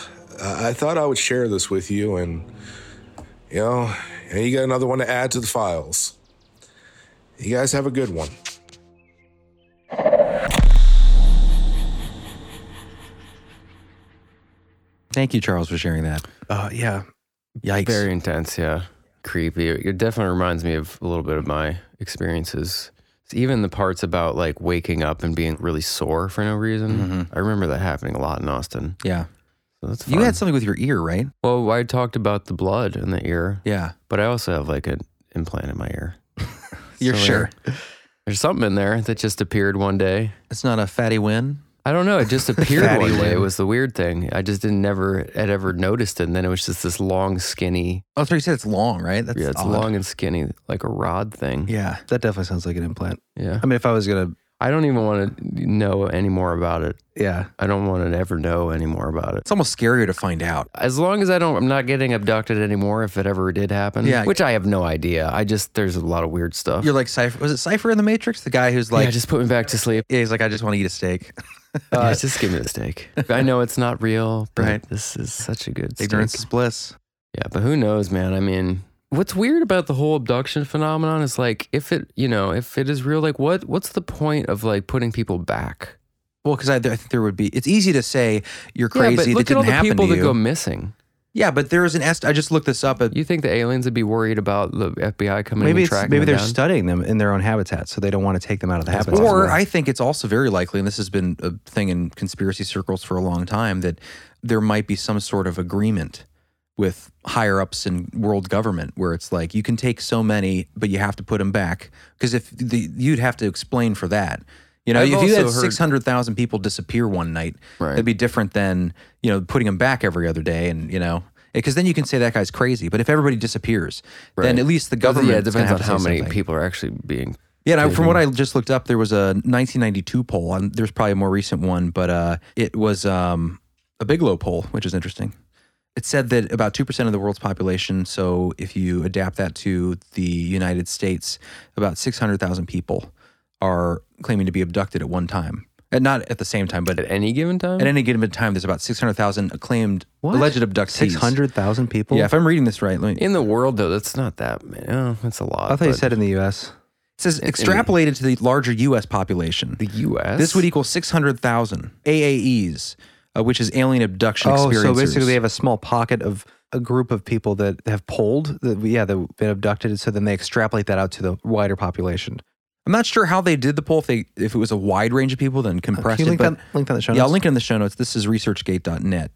I I thought I would share this with you and you know, and you got another one to add to the files. You guys have a good one. Thank you, Charles, for sharing that. Uh, yeah. Yikes. Very intense, yeah. Creepy. It definitely reminds me of a little bit of my experiences. Even the parts about like waking up and being really sore for no reason. I remember that happening a lot in Austin. Yeah. So that's Mm-hmm. You fun. had something with your ear, right? well, I talked about the blood in the ear, Yeah. but I also have like an implant in my ear. You're So sure. There's something in there that just appeared one day. It's not a fatty win. I don't know. It just appeared Fatty one day. Lou. It was the weird thing. I just didn't never had ever noticed it. And then it was just this long, skinny. Oh, so you said it's long, right? That's yeah, it's odd. long and skinny, like a rod thing. Yeah. That definitely sounds like an implant. yeah. I mean, if I was going to, I don't even want to know any more about it. yeah. I don't want to ever know any more about it. It's almost scarier to find out. As long as I don't, I'm not getting abducted anymore. If it ever did happen, Yeah. which I have no idea. I just there's a lot of weird stuff. You're like Cipher. Was it Cipher in the Matrix? The guy who's like, yeah, just put me back to sleep. yeah, he's like, I just want to eat a steak. Uh, Just give me the steak. I know it's not real, but Right. this is such a good steak. Ignorance is bliss. Yeah, but who knows, man? I mean, what's weird about the whole abduction phenomenon is like, if it, you know, if it is real, like, what, what's the point of like putting people back? Well, because I, I think there would be. It's easy to say you're yeah, but crazy. look that at all didn't the happen people to that you. go missing. yeah, but there's an est. I just looked this up. At, You think the aliens would be worried about the FBI coming Maybe and it's, tracking maybe them they're down? studying them in their own habitat, so they don't want to take them out of the habitat. or I think it's also very likely, and this has been a thing in conspiracy circles for a long time, that there might be some sort of agreement with higher ups in world government where it's like you can take so many, but you have to put them back because if the, you'd have to explain for that. You know, I've if you also had heard- six hundred thousand people disappear one night, Right. it'd be different than you know putting them back every other day, and you know because then you can say that guy's crazy. But if everybody disappears, then Right. at least the Well, government Yeah, it depends on how many people. people are actually being. Yeah, and I, from taken. what I just looked up, there was a 1992 poll, and there's probably a more recent one, but uh, it was um, a Bigelow poll, which is interesting. It said that about 2% of the world's population, so if you adapt that to the United States, about 600,000 people are claiming to be abducted at one time. And not at the same time, but at any given time. at any given time, there's about 600,000 acclaimed alleged abductees. six hundred thousand people. Yeah, if I'm reading this right, let me, in the world, though, that's not that. Man, oh, that's a lot. I thought you but said in the U.S. it says extrapolated to the larger U.S. population. the U.S. This would equal 600,000 AAEs, uh, which is alien abduction Oh, experiencers. so basically they have a small pocket of a group of people that have polled that yeah they've been abducted, so then they extrapolate that out to the wider population. I'm not sure how they did the poll. If, they, if it was a wide range of people, then Can compressed you it. link but- that link that in the show? yeah, I'll notes? link it in the show notes. This is researchgate.net.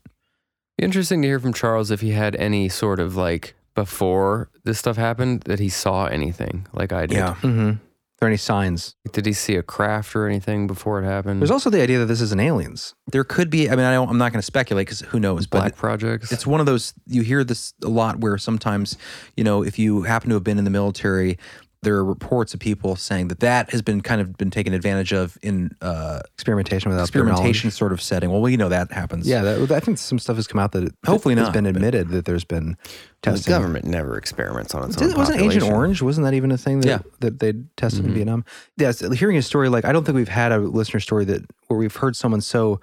Interesting to hear from Charles if he had any sort of like before this stuff happened that he saw anything like I did. Mhm. Are there any signs? Did he see a craft or anything before it happened? There's also the idea that this is an aliens. There could be, I mean, I don't, I'm not going to speculate because who knows, but black projects. it's one of those, you hear this a lot where sometimes, you know, if you happen to have been in the military, there are reports of people saying that that has been kind of been taken advantage of in uh, experimentation without their knowledge. experimentation sort of setting. Well, we know that happens. Yeah, that, I think some stuff has come out that it, Hopefully has not, been but- admitted that there's been Well, testing. The government never experiments on its own. Did, wasn't Agent population. Orange? Wasn't that even a thing that, Yeah. Mm-hmm. that they tested in Vietnam? Yes, hearing a story like I don't think we've had a listener story that where we've heard someone so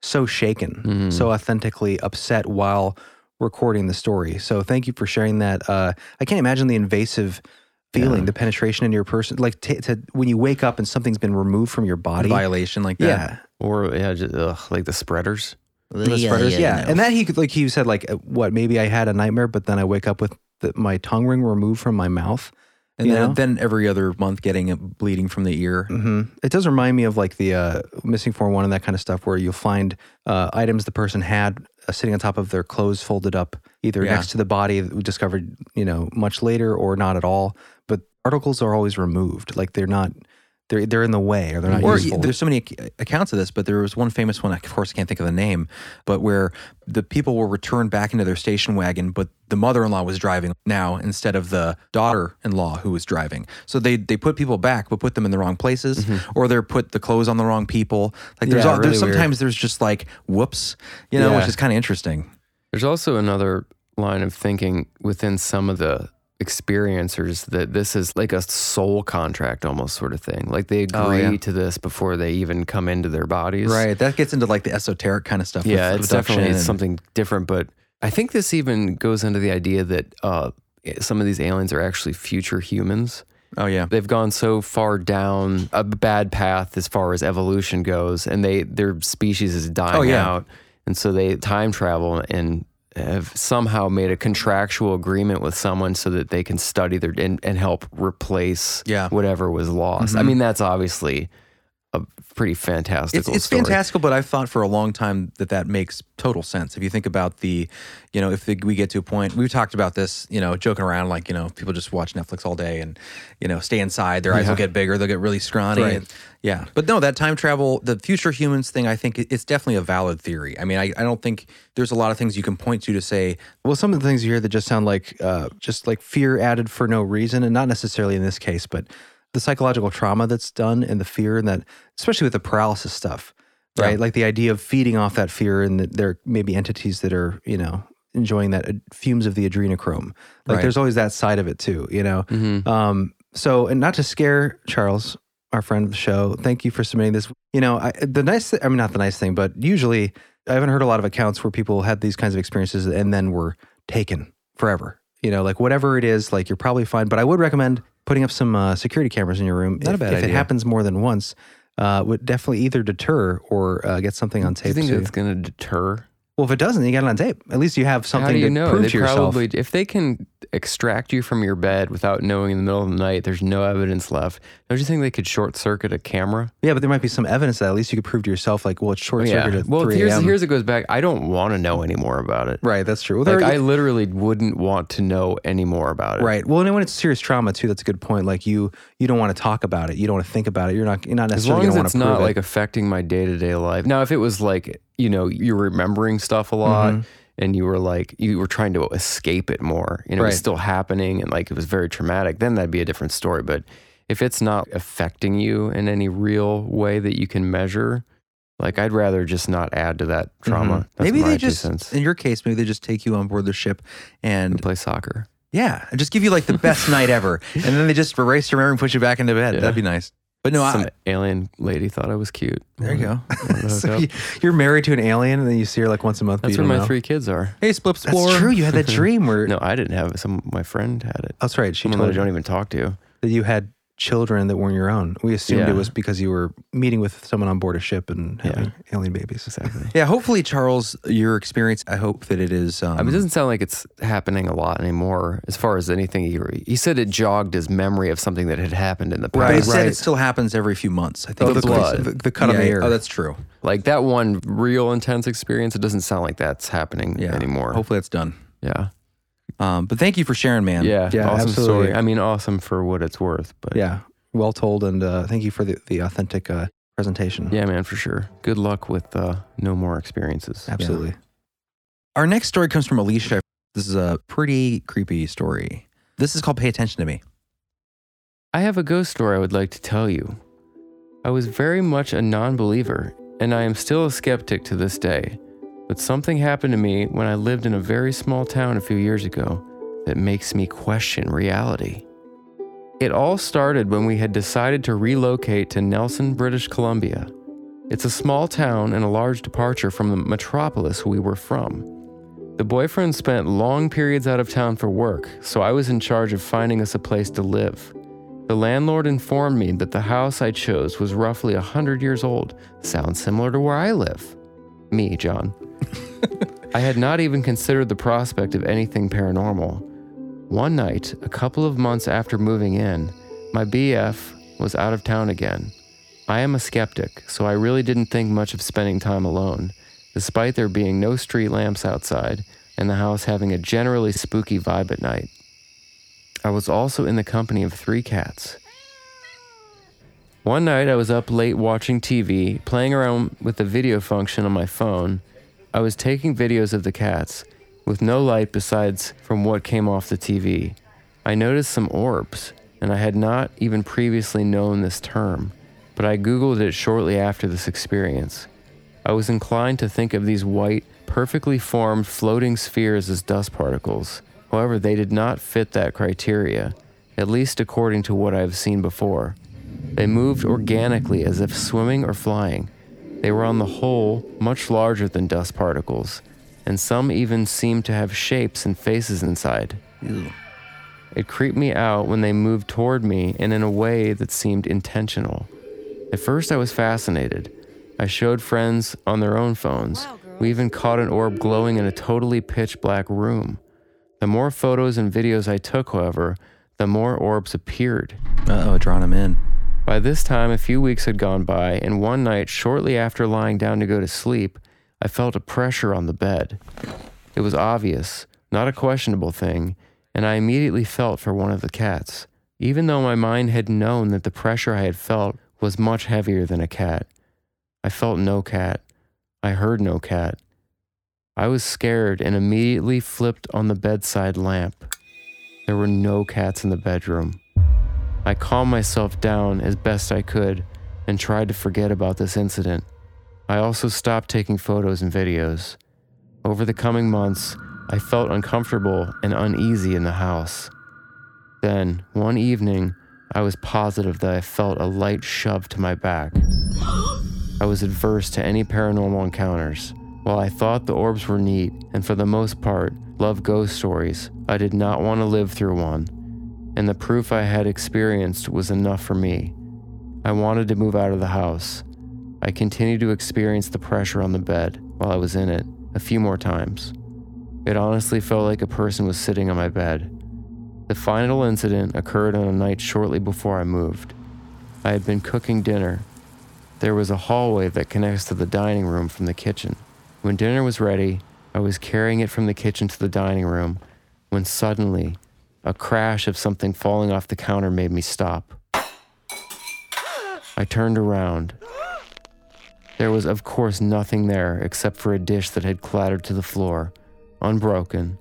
so shaken, Mm-hmm. so authentically upset while recording the story. So thank you for sharing that. Uh, I can't imagine the invasive feeling, the penetration in your person, like t- to, when you wake up and something's been removed from your body. violation like that. Yeah, Or yeah, just, ugh, like the spreaders. the spreaders. Yeah, and that he could like he said like uh, what maybe I had a nightmare, but then I wake up with the, my tongue ring removed from my mouth. And you then, know? then every other month getting a bleeding from the ear. hmm It does remind me of like the uh, missing 401 and that kind of stuff where you'll find uh, items the person had uh, sitting on top of their clothes folded up, either Yeah. next to the body that we discovered, you know, much later or not at all. But articles are always removed. Like they're not, they're, they're in the way or they're not Or useful. there's so many ac- accounts of this, but there was one famous one. I, of course, I can't think of the name, but where the people were returned back into their station wagon, but the mother-in-law was driving now instead of the daughter-in-law who was driving. So they they put people back, but put them in the wrong places, or they're put the clothes on the wrong people. Like there's, Yeah, all, there's really weird. sometimes there's just like whoops, you know, Yeah. which is kind of interesting. There's also another line of thinking within some of the experiencers that this is like a soul contract almost sort of thing. Like they agree Oh, yeah. to this before they even come into their bodies. Right, that gets into like the esoteric kind of stuff. Yeah, with it's abduction definitely and- something different, but I think this even goes into the idea that uh, some of these aliens are actually future humans. Oh yeah, they've gone so far down a bad path as far as evolution goes, and they their species is dying Oh, yeah. out, and so they time travel and have somehow made a contractual agreement with someone so that they can study their and, and help replace Yeah. Mm-hmm. whatever was lost. I mean, that's obviously a pretty fantastical. It's, it's story. fantastical, but I've thought for a long time that that makes total sense. If you think about the, you know, if we get to a point, we've talked about this, you know, joking around, like, you know, people just watch Netflix all day and, you know, stay inside, their eyes will get bigger, they'll get really scrawny. and- yeah. But no, that time travel, the future humans thing, I think it- it's definitely a valid theory. I mean, I, I don't think there's a lot of things you can point to to say, Well, some of the things you hear that just sound like uh, just like fear added for no reason, and not necessarily in this case, but the psychological trauma that's done and the fear, and that especially with the paralysis stuff, right? Yeah. Like the idea of feeding off that fear, and that there may be entities that are, you know, enjoying that uh, fumes of the adrenochrome. Like Right. there's always that side of it too, you know. Mm-hmm. Um, so, and not to scare Charles, our friend of the show, thank you for submitting this. You know, I, the nice, thi- I mean, not the nice thing, but usually I haven't heard a lot of accounts where people had these kinds of experiences and then were taken forever. You know, like whatever it is, like you're probably fine. But I would recommend putting up some uh, security cameras in your room. Not a if, bad if it idea. happens more than once, uh, would definitely either deter or uh, get something on Do you tape. think so- that's going to deter? well, if it doesn't, you got it on tape. At least you have something How do you to know? prove they to yourself. probably, if they can extract you from your bed without knowing in the middle of the night, there's no evidence left. Don't you think they could short circuit a camera? Yeah, but there might be some evidence that at least you could prove to yourself, like, well, it's short circuited at Oh, Well, 3 here's a.m. here's it goes back. I don't want to know any more about it. right, that's true. Well, Like there- I literally wouldn't want to know any more about it. Right. Well, and when it's serious trauma too, that's a good point. Like you, you don't want to talk about it. You don't want to think about it. You're not. You're not As necessarily long as going to want it's to prove not it. like affecting my day to day life. Now, if it was like you know you're remembering stuff a lot Mm-hmm. and you were like you were trying to escape it more, you know, it was Right. still happening and like it was very traumatic, then that'd be a different story. But if it's not affecting you in any real way that you can measure, like I'd rather just not add to that Mm-hmm. trauma. That's Mm-hmm. maybe my they two just, cents. in your case, maybe they just take you on board the ship and And play soccer. Yeah, and just give you like the best night ever, and then they just erase your memory and put you back into bed. Yeah. That'd be nice. But no, Some I, alien lady thought I was cute. there you go. So you, you're married to an alien, and then you see her like once a month. but That's you where don't my know. three kids are. Hey, Splip That's Explorer. true. You had that dream where. No, I didn't have it. Some my friend had it. that's right. She Someone that I told don't you even talk to. that you had children that weren't your own. We assumed Yeah. it was because you were meeting with someone on board a ship and having alien babies. Exactly. Yeah, hopefully, Charles, your experience. I hope that it is. Um, I mean, it doesn't sound like it's happening a lot anymore. As far as anything, he he said it jogged his memory of something that had happened in the but he past. said it still happens every few months. I think the it's blood. The, the cut on the air. Oh, that's true. Like that one real intense experience. It doesn't sound like that's happening Yeah. anymore. Hopefully, that's done. Yeah, Um, but thank you for sharing, man. yeah, Yeah, Awesome absolutely. story. I mean, awesome for what it's worth. But yeah. Well told, and uh, thank you for the the authentic uh, presentation. yeah, man, for sure. Good luck with uh, no more experiences. Absolutely. Our next story comes from Alicia. This is a pretty creepy story. This is called "Pay Attention to Me." I have a ghost story I would like to tell you. I was very much a non believer, and I am still a skeptic to this day. But something happened to me when I lived in a very small town a few years ago that makes me question reality. It all started when we had decided to relocate to Nelson, British Columbia. It's a small town and a large departure from the metropolis we were from. The boyfriend spent long periods out of town for work, so I was in charge of finding us a place to live. The landlord informed me that the house I chose was roughly 100 years old. Sounds similar to where I live. Me, John. I had not even considered the prospect of anything paranormal. One night, a couple of months after moving in, my BF was out of town again. I am a skeptic, so I really didn't think much of spending time alone, despite there being no street lamps outside and the house having a generally spooky vibe at night. I was also in the company of three cats. One night, I was up late watching TV, playing around with the video function on my phone. I was taking videos of the cats, with no light besides from what came off the TV. I noticed some orbs, and I had not even previously known this term, but I Googled it shortly after this experience. I was inclined to think of these white, perfectly formed floating spheres as dust particles. However, they did not fit that criteria, at least according to what I have seen before. They moved organically as if swimming or flying. They were on the whole much larger than dust particles, and some even seemed to have shapes and faces inside. It creeped me out when they moved toward me and in a way that seemed intentional. At first, I was fascinated. I showed friends on their own phones. we even caught an orb glowing in a totally pitch black room. The more photos and videos I took, however, the more orbs appeared. Uh oh, drawing him in. By this time, a few weeks had gone by, and one night, shortly after lying down to go to sleep, I felt a pressure on the bed. It was obvious, not a questionable thing, and I immediately felt for one of the cats, even though my mind had known that the pressure I had felt was much heavier than a cat. I felt no cat. I heard no cat. I was scared and immediately flipped on the bedside lamp. There were no cats in the bedroom. I calmed myself down as best I could and tried to forget about this incident. I also stopped taking photos and videos. Over the coming months, I felt uncomfortable and uneasy in the house. Then, one evening, I was positive that I felt a light shove to my back. I was adverse to any paranormal encounters. While I thought the orbs were neat and for the most part loved ghost stories, I did not want to live through one, and the proof I had experienced was enough for me. I wanted to move out of the house. I continued to experience the pressure on the bed while I was in it a few more times. It honestly felt like a person was sitting on my bed. The final incident occurred on a night shortly before I moved. I had been cooking dinner. There was a hallway that connects to the dining room from the kitchen. When dinner was ready, I was carrying it from the kitchen to the dining room when suddenly a crash of something falling off the counter made me stop. I turned around. There was, of course, nothing there except for a dish that had clattered to the floor, unbroken.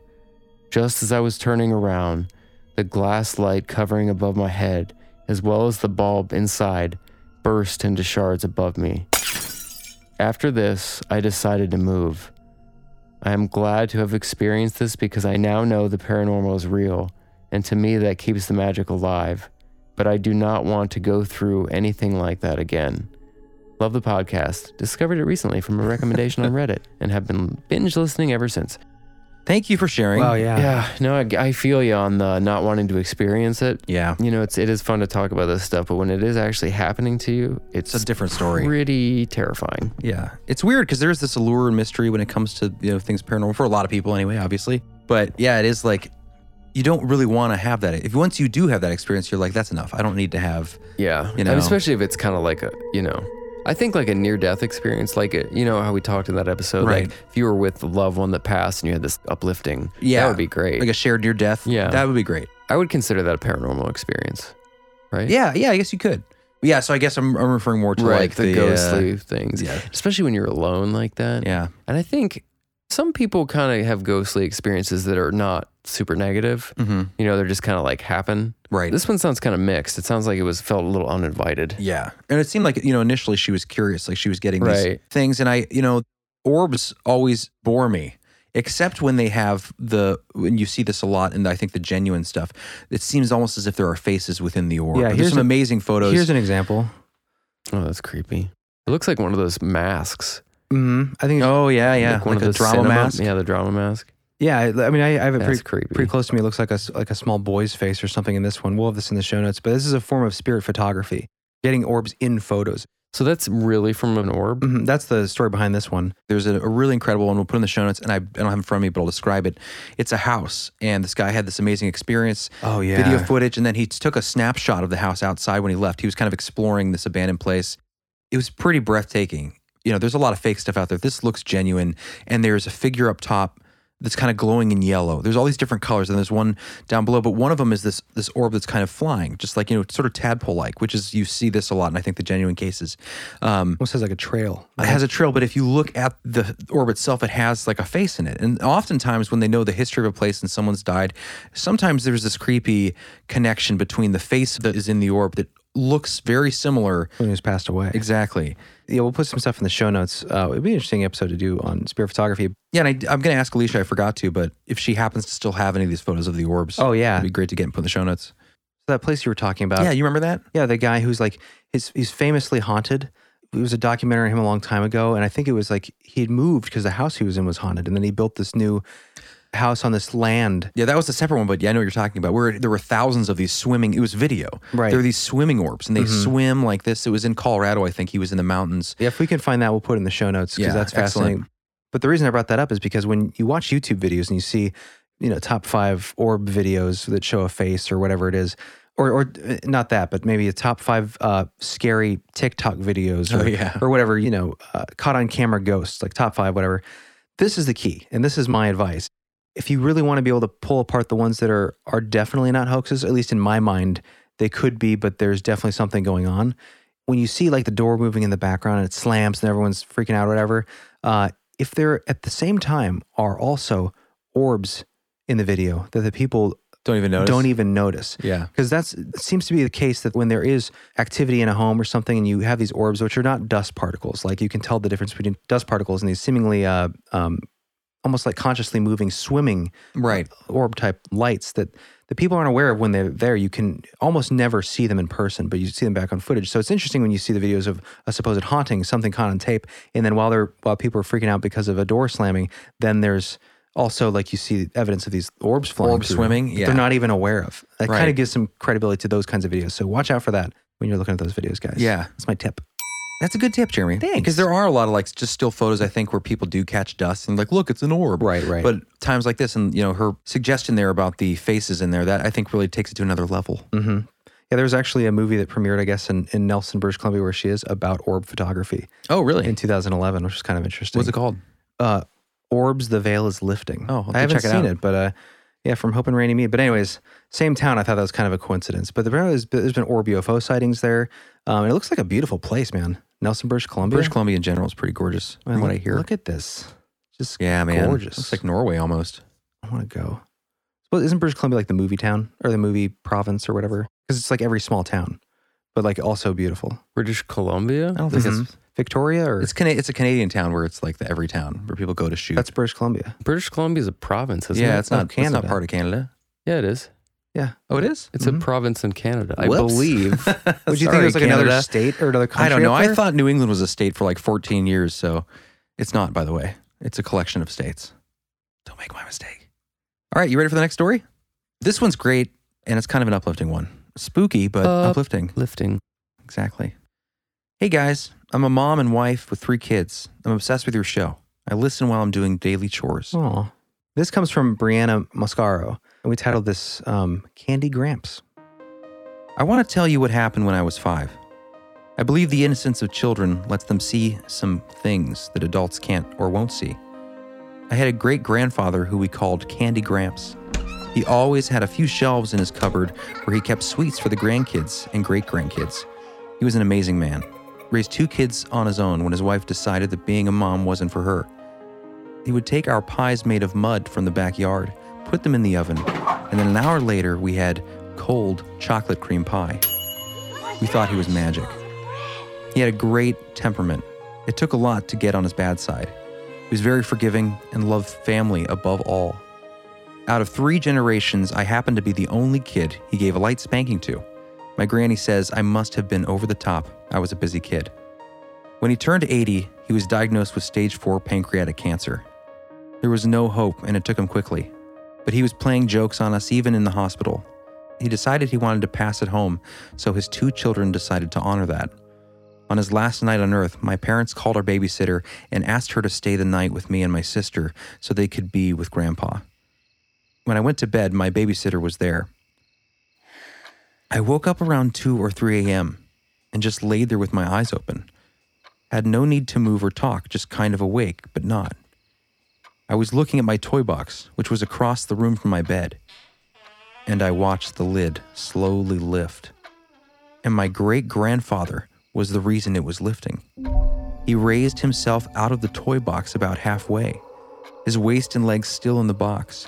Just as I was turning around, the glass light covering above my head, as well as the bulb inside, burst into shards above me. After this, I decided to move. I am glad to have experienced this because I now know the paranormal is real, and to me, that keeps the magic alive. But I do not want to go through anything like that again. Love the podcast. Discovered it recently from a recommendation on Reddit and have been binge listening ever since. Thank you for sharing. Wow, yeah. Yeah, no, I, I feel you on the not wanting to experience it. Yeah. You know, it's it is fun to talk about this stuff, but when it is actually happening to you, it's, It's a different story. pretty terrifying. Yeah, it's weird because there's this allure and mystery when it comes to you know things paranormal for a lot of people anyway, obviously. But yeah, it is like you don't really want to have that. If once you do have that experience, you're like, that's enough. I don't need to have. Yeah. You know? and especially if it's kind of like a, you know, I think like a near death experience, like, a, you know, how we talked in that episode. Right. Like, if you were with the loved one that passed and you had this uplifting, Yeah, that would be great. like a shared near death. Yeah. that would be great. I would consider that a paranormal experience, right? Yeah, yeah, I guess you could. Yeah, so I guess I'm, I'm referring more to Right. like the, the, uh, ghostly things. yeah. Especially when you're alone like that. yeah, And I think some people kind of have ghostly experiences that are not super negative. You know, they're just kind of like happen. Mm-hmm. Right. This one sounds kind of mixed. It sounds like it was felt a little uninvited. Yeah. And it seemed like, you know, initially she was curious, like she was getting these Right. things. And I, you know, orbs always bore me, except when they have the, when you see this a lot and I think the genuine stuff, it seems almost as if there are faces within the orb. Yeah, There's here's some a- amazing photos. Here's an example. Oh, that's creepy. It looks like one of those masks. Mm-hmm. I think. it's- oh, yeah, yeah. one Like, of a those drama cinema- mask. Yeah, the drama mask. Yeah, I I mean, I, I have it That's pretty, creepy. pretty close to me. It looks like a s- like a small boy's face or something in this one. We'll have this in the show notes, but this is a form of spirit photography, getting orbs in photos. So that's really from an orb. Mhm, That's the story behind this one. There's a, a really incredible one we'll put in the show notes, and I, I don't have it in front of me, but I'll describe it. It's a house, and this guy had this amazing experience. Oh yeah, video footage, and then he took a snapshot of the house outside when he left. He was kind of exploring this abandoned place. It was pretty breathtaking. You know, there's a lot of fake stuff out there. This looks genuine, and there's a figure up top that's kind of glowing in yellow. There's all these different colors, and there's one down below. But one of them is this this orb that's kind of flying, just like you know, sort of tadpole like, which is you see this a lot, and I think the genuine cases. Um, almost has like a trail. it has a trail, but if you look at the orb itself, it has like a face in it. And oftentimes, when they know the history of a place and someone's died, sometimes there's this creepy connection between the face that is in the orb that looks very similar. Someone who's passed away. Exactly. Yeah, we'll put some stuff in the show notes. Uh, it'd be an interesting episode to do on spirit photography. Yeah, and I, I'm going to ask Alicia, I forgot to, but if she happens to still have any of these photos of the orbs, Oh yeah, it'd be great to get and put in the show notes. Uh, that place you were talking about. yeah, you remember that? Yeah, the guy who's like his he's famously haunted. It was a documentary on him a long time ago, and I think it was like he had moved because the house he was in was haunted, and then he built this new house on this land. Yeah, that was a separate one, but yeah, I know what you're talking about. Where there were thousands of these swimming, it was video. Right. Mm-hmm. There were these swimming orbs, and they swim like this. It was in Colorado, I think. He was in the mountains. Yeah, if we can find that, we'll put it in the show notes because Yeah, that's excellent. fascinating. But the reason I brought that up is because when you watch YouTube videos and you see, you know, top five orb videos that show a face or whatever it is, or or uh, not that, but maybe a top five uh, scary TikTok videos or, Oh, yeah. or whatever, you know, uh, caught on camera ghosts, like top five, whatever. This is the key, and this is my advice. If you really want to be able to pull apart the ones that are are definitely not hoaxes, at least in my mind, they could be, but there's definitely something going on. When you see like the door moving in the background and it slams and everyone's freaking out or whatever, uh, if there at the same time are also orbs in the video that the people Don't even notice. don't e- even notice, Yeah. because that's it seems to be the case that when there is activity in a home or something and you have these orbs which are not dust particles like you can tell the difference between dust particles and these seemingly uh, um, almost like consciously moving swimming Right. orb type lights that the people aren't aware of when they're there you can almost never see them in person but you see them back on footage so it's interesting when you see the videos of a supposed haunting something caught on tape and then while they're while people are freaking out because of a door slamming then there's also like you see evidence of these orbs flying Orbs through swimming, that yeah. they're not even aware of that kind Right. of gives some credibility to those kinds of videos so watch out for that when you're looking at those videos guys Yeah. that's my tip That's a good tip, Jeremy. Thanks. Because there are a lot of like just still photos I think where people do catch dust and like, look, it's an orb. Right, right. But times like this, and you know, her suggestion there about the faces in there, that I think really takes it to another level. hmm yeah there was actually a movie that premiered i guess in, in nelson british columbia where she is about orb photography Oh, really? in 2011 which is kind of interesting What's it called? uh, Orbs the Veil is Lifting. Oh, I'll have to I haven't check it seen out. it, but uh, yeah, from Hope and Randy Mead. But anyways, same town. I thought that was kind of a coincidence. But the there's been, there's been Orb UFO sightings there. Um, and it looks like a beautiful place, man. Nelson, British Columbia. British Columbia in general is pretty gorgeous, Man, from what I look- hear. Look at this. Just yeah, man. gorgeous. Looks like Norway almost. I want to go. Well, isn't British Columbia like the movie town or the movie province or whatever? Because it's like every small town, but like also beautiful. British Columbia. I don't think it's Victoria or it's Cana- it's a Canadian town where it's like the every town where people go to shoot. that's British Columbia. British Columbia is a province, isn't yeah, it? it's not Oh, It's not Canada. part of Canada. Yeah, it is. Yeah. Oh, it is? It's Mhm. a province in Canada, I Whoops. believe. Would you think Sorry, it was like another Canada. state or another country? I don't up know. I there? thought New England was a state for like 14 years, so it's not, by the way. It's a collection of states. Don't make my mistake. All right, you ready for the next story? This one's great, and it's kind of an uplifting one. Spooky, but Uh, Up. uplifting. Lifting. Exactly. Hey guys, I'm a mom and wife with three kids. I'm obsessed with your show. I listen while I'm doing daily chores. Oh. This comes from Brianna Mascaro, and we titled this um, Candy Gramps. I want to tell you what happened when I was five. I believe the innocence of children lets them see some things that adults can't or won't see. I had a great grandfather who we called Candy Gramps. He always had a few shelves in his cupboard where he kept sweets for the grandkids and great grandkids. He was an amazing man. Raised two kids on his own when his wife decided that being a mom wasn't for her. He would take our pies made of mud from the backyard, put them in the oven, and then an hour later we had cold chocolate cream pie. We thought he was magic. He had a great temperament. It took a lot to get on his bad side. He was very forgiving and loved family above all. Out of three generations, I happened to be the only kid he gave a light spanking to. My granny says I must have been over the top. I was a busy kid. When he turned 80, he was diagnosed with stage 4 pancreatic cancer. There was no hope, and it took him quickly. But he was playing jokes on us even in the hospital. He decided he wanted to pass it home, so his two children decided to honor that. On his last night on Earth, my parents called our babysitter and asked her to stay the night with me and my sister so they could be with Grandpa. When I went to bed, my babysitter was there. I woke up around 2 or 3 a.m. and just laid there with my eyes open. Had no need to move or talk, just kind of awake, but not. I was looking at my toy box, which was across the room from my bed, and I watched the lid slowly lift. And my great grandfather was the reason it was lifting. He raised himself out of the toy box about halfway, his waist and legs still in the box.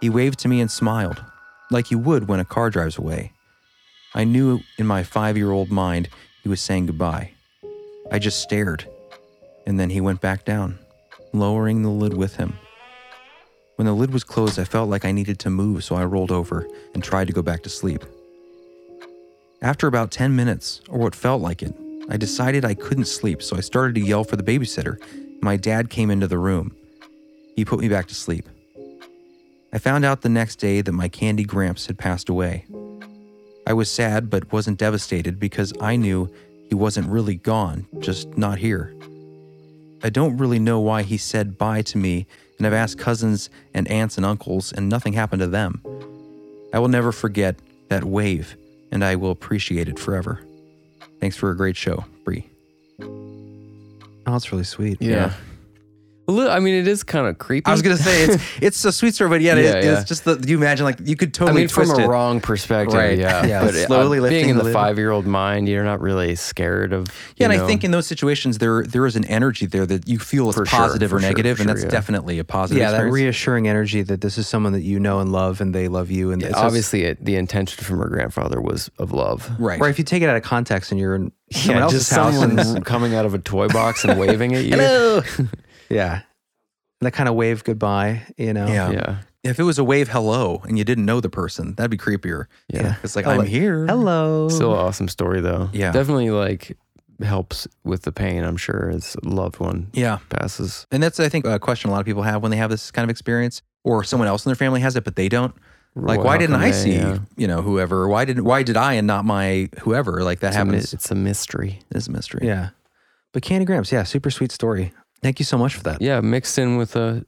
He waved to me and smiled, like you would when a car drives away. I knew in my five year old mind he was saying goodbye. I just stared, and then he went back down, lowering the lid with him. When the lid was closed, I felt like I needed to move, so I rolled over and tried to go back to sleep. After about 10 minutes, or what felt like it, I decided I couldn't sleep, so I started to yell for the babysitter. My dad came into the room. He put me back to sleep. I found out the next day that my candy gramps had passed away. I was sad but wasn't devastated because I knew he wasn't really gone, just not here. I don't really know why he said bye to me, and I've asked cousins and aunts and uncles, and nothing happened to them. I will never forget that wave, and I will appreciate it forever. Thanks for a great show, Bree. Oh, that's really sweet. Yeah. A little- I mean, it is kind of creepy. I was gonna say it's it's a sweet story, but yeah, it- Yeah, yeah. it's just the you imagine like you could I totally mean, from twist a it. wrong perspective, Right. yeah. Yeah, but slowly uh, lifting being in the the lid. five-year-old mind, you're not really scared of. you Yeah, and I know- think in those situations there there is an energy there that you feel is For sure, positive for or sure, negative, for and sure, that's yeah. definitely a positive. Yeah, that experience. reassuring energy that this is someone that you know and love and they love you. And Yeah, it's just- obviously, it, the intention from her grandfather was of love. right. or if you take it out of context and you're in someone else's just house and someone coming out of a toy box and waving at you. Yeah. And that kind of wave goodbye, you know? Yeah. Yeah. If it was a wave hello and you didn't know the person, that'd be creepier. Yeah. It's like Hello. I'm here. Hello. Still an awesome story though. Yeah. Definitely like helps with the pain, I'm sure, as a loved one Yeah. passes. And that's I think a question a lot of people have when they have this kind of experience or someone else in their family has it but they don't. Like Well, why how didn't come I they- see, yeah. you know, whoever? Why didn't why did I and not my whoever? Like that It's a, mi- happens. it's a mystery. It's a mystery. Yeah. But Candy Grams, yeah, super sweet story. Thank you so much for that. Yeah, mixed in with a,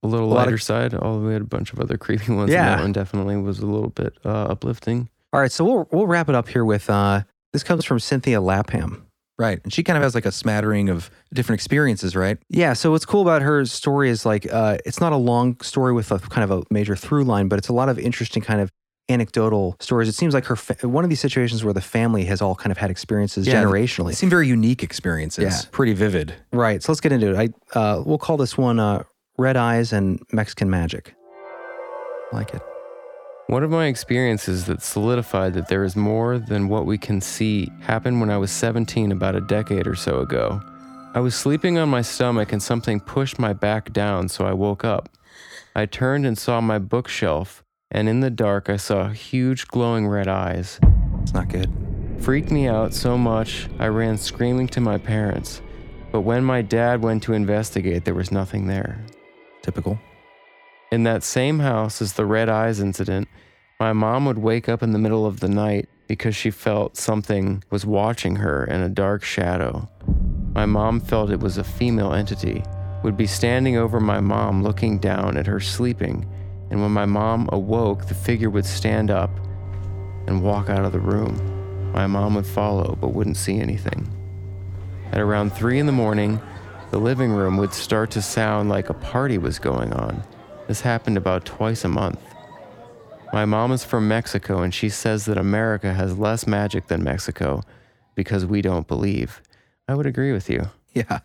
a little lot of- lighter side, although we had a bunch of other creepy ones. Yeah. And that one definitely was a little bit uh, uplifting. All right, so we'll we'll wrap it up here with uh this comes from Cynthia Lapham. Right. And she kind of has like a smattering of different experiences, right? Yeah, so what's cool about her story is like uh it's not a long story with a kind of a major through line, but it's a lot of interesting kind of anecdotal stories. It seems like her fa- one of these situations where the family has all kind of had experiences Yeah, They generationally. seem very unique experiences. Yeah. Pretty vivid. Right. So let's get into it. I uh, we'll call this one uh, "Red Eyes and Mexican Magic." Like it. One of my experiences that solidified that there is more than what we can see happened when I was 17 about a decade or so ago. I was sleeping on my stomach and something pushed my back down, so I woke up. I turned and saw my bookshelf, and in the dark, I saw huge glowing red eyes. It's not good. Freaked me out so much, I ran screaming to my parents. But when my dad went to investigate, there was nothing there. Typical. In that same house as the red eyes incident, my mom would wake up in the middle of the night because she felt something was watching her in a dark shadow. My mom felt it was a female entity, would be standing over my mom looking down at her sleeping, and when my mom awoke, the figure would stand up and walk out of the room. My mom would follow but wouldn't see anything. At around 3 in the morning, the living room would start to sound like a party was going on. This happened about twice a month. My mom is from Mexico and she says that America has less magic than Mexico because we don't believe. I would agree with you. Yeah.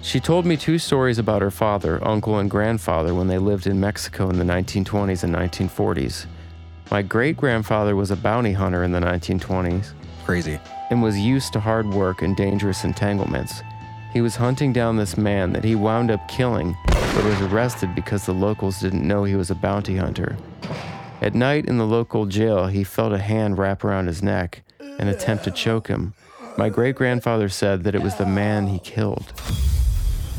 She told me two stories about her father, uncle, and grandfather when they lived in Mexico in the 1920s and 1940s. My great grandfather was a bounty hunter in the 1920s. Crazy. And was used to hard work and dangerous entanglements. He was hunting down this man that he wound up killing, but was arrested because the locals didn't know he was a bounty hunter. At night in the local jail, he felt a hand wrap around his neck and attempt to choke him. My great grandfather said that it was the man he killed.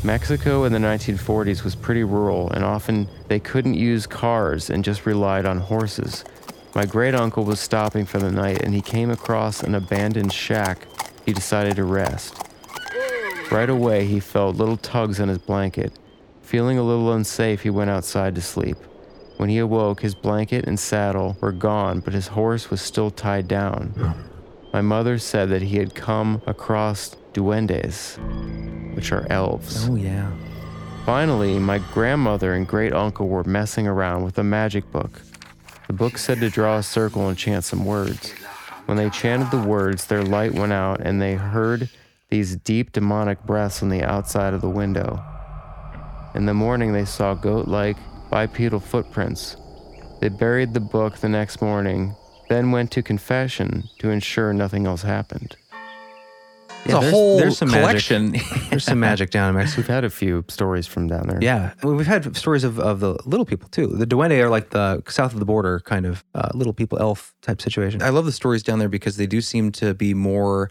Mexico in the 1940s was pretty rural, and often they couldn't use cars and just relied on horses. My great uncle was stopping for the night and he came across an abandoned shack he decided to rest. Right away, he felt little tugs on his blanket. Feeling a little unsafe, he went outside to sleep. When he awoke, his blanket and saddle were gone, but his horse was still tied down. My mother said that he had come across duendes, which are elves. Oh, yeah. Finally, my grandmother and great uncle were messing around with a magic book. The book said to draw a circle and chant some words. When they chanted the words, their light went out and they heard these deep demonic breaths on the outside of the window. In the morning, they saw goat like bipedal footprints. They buried the book the next morning, then went to confession to ensure nothing else happened. It's a whole collection. Magic. there's some magic down in Mexico. We've had a few stories from down there. Yeah, Well, we've had stories of, of the little people too. The duende are like the south of the border kind of uh, little people, elf type situation. I love the stories down there because they do seem to be more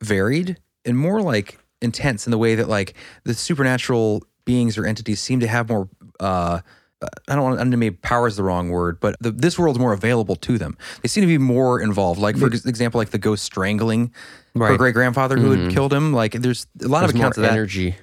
varied and more like intense in the way that like the supernatural beings or entities seem to have more uh I don't want to maybe power is the wrong word, but the, this world's more available to them. They seem to be more involved. Like for example, like the ghost strangling her Right. great grandfather who had killed him. Like there's a lot There's of accounts of more that. energy.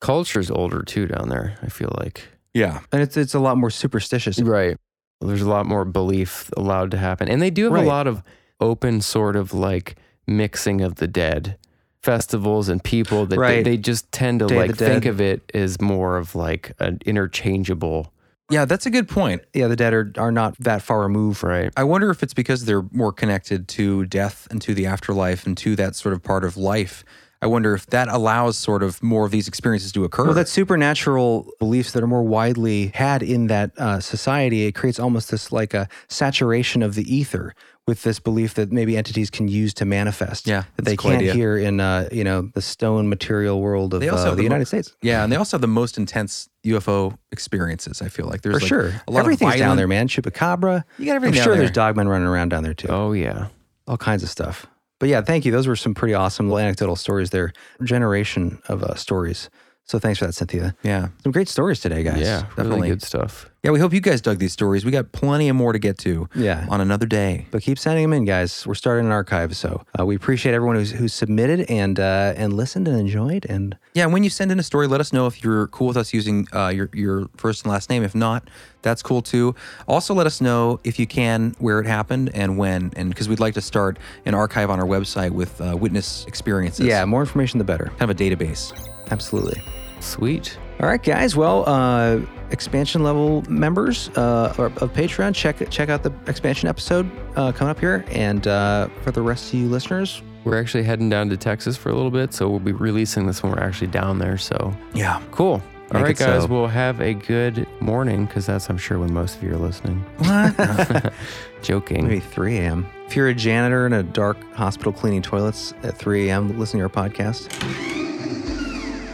Culture's older too down there, I feel like. Yeah, And it's, it's a lot more superstitious. Right. There's a lot more belief allowed to happen. And they do have Right. a lot of open sort of like mixing of the dead festivals and people that Right. they, they just tend to Day of like the think Dead. of it as more of like an interchangeable yeah, that's a good point. Yeah, the dead are, are not that far removed. right I wonder if it's because they're more connected to death and to the afterlife and to that sort of part of life. I wonder if that allows sort of more of these experiences to occur. Well, that supernatural beliefs that are more widely had in that uh, society, it creates almost this like a saturation of the ether with this belief that maybe entities can use to manifest. Yeah, that that's they a cool can't idea. hear in uh, you know the stone material world of They also uh, have the the mo- United States. Yeah, and they also have the most intense UFO experiences. I feel like there's For like sure, a lot everything's of down violent- there, man. Chupacabra. You got everything I'm down sure there. there's dogmen running around down there too. oh yeah all kinds of stuff. But yeah, thank you. Those were some pretty awesome little anecdotal stories there, generation of uh, stories. So thanks for that, Cynthia. Yeah, Some great stories today, guys. yeah definitely. really good stuff yeah. We hope you guys dug these stories. We got plenty of more to get to Yeah. on another day. But keep sending them in, guys. We're starting an archive, so uh, we appreciate everyone who's, who's submitted and uh, and listened and enjoyed. And Yeah, and when you send in a story, let us know if you're cool with us using uh, your your first and last name. If not, that's cool too. Also, let us know if you can where it happened and when, and because we'd like to start an archive on our website with uh, witness experiences. yeah, more information the better. kind of a database. Absolutely. sweet All right, guys. Well, uh, expansion level members uh, of of Patreon, check check out the expansion episode uh, coming up here. And uh, for the rest of you listeners, we're actually heading down to texas for a little bit so we'll be releasing this when we're actually down there so Yeah. cool all Make right it guys so. we'll have a good morning because that's i'm sure when most of you are listening joking maybe 3 a.m. If you're a janitor in a dark hospital cleaning toilets at 3 a.m., listen to our podcast.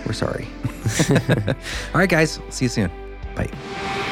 We're sorry. All right, guys. See you soon. Bye.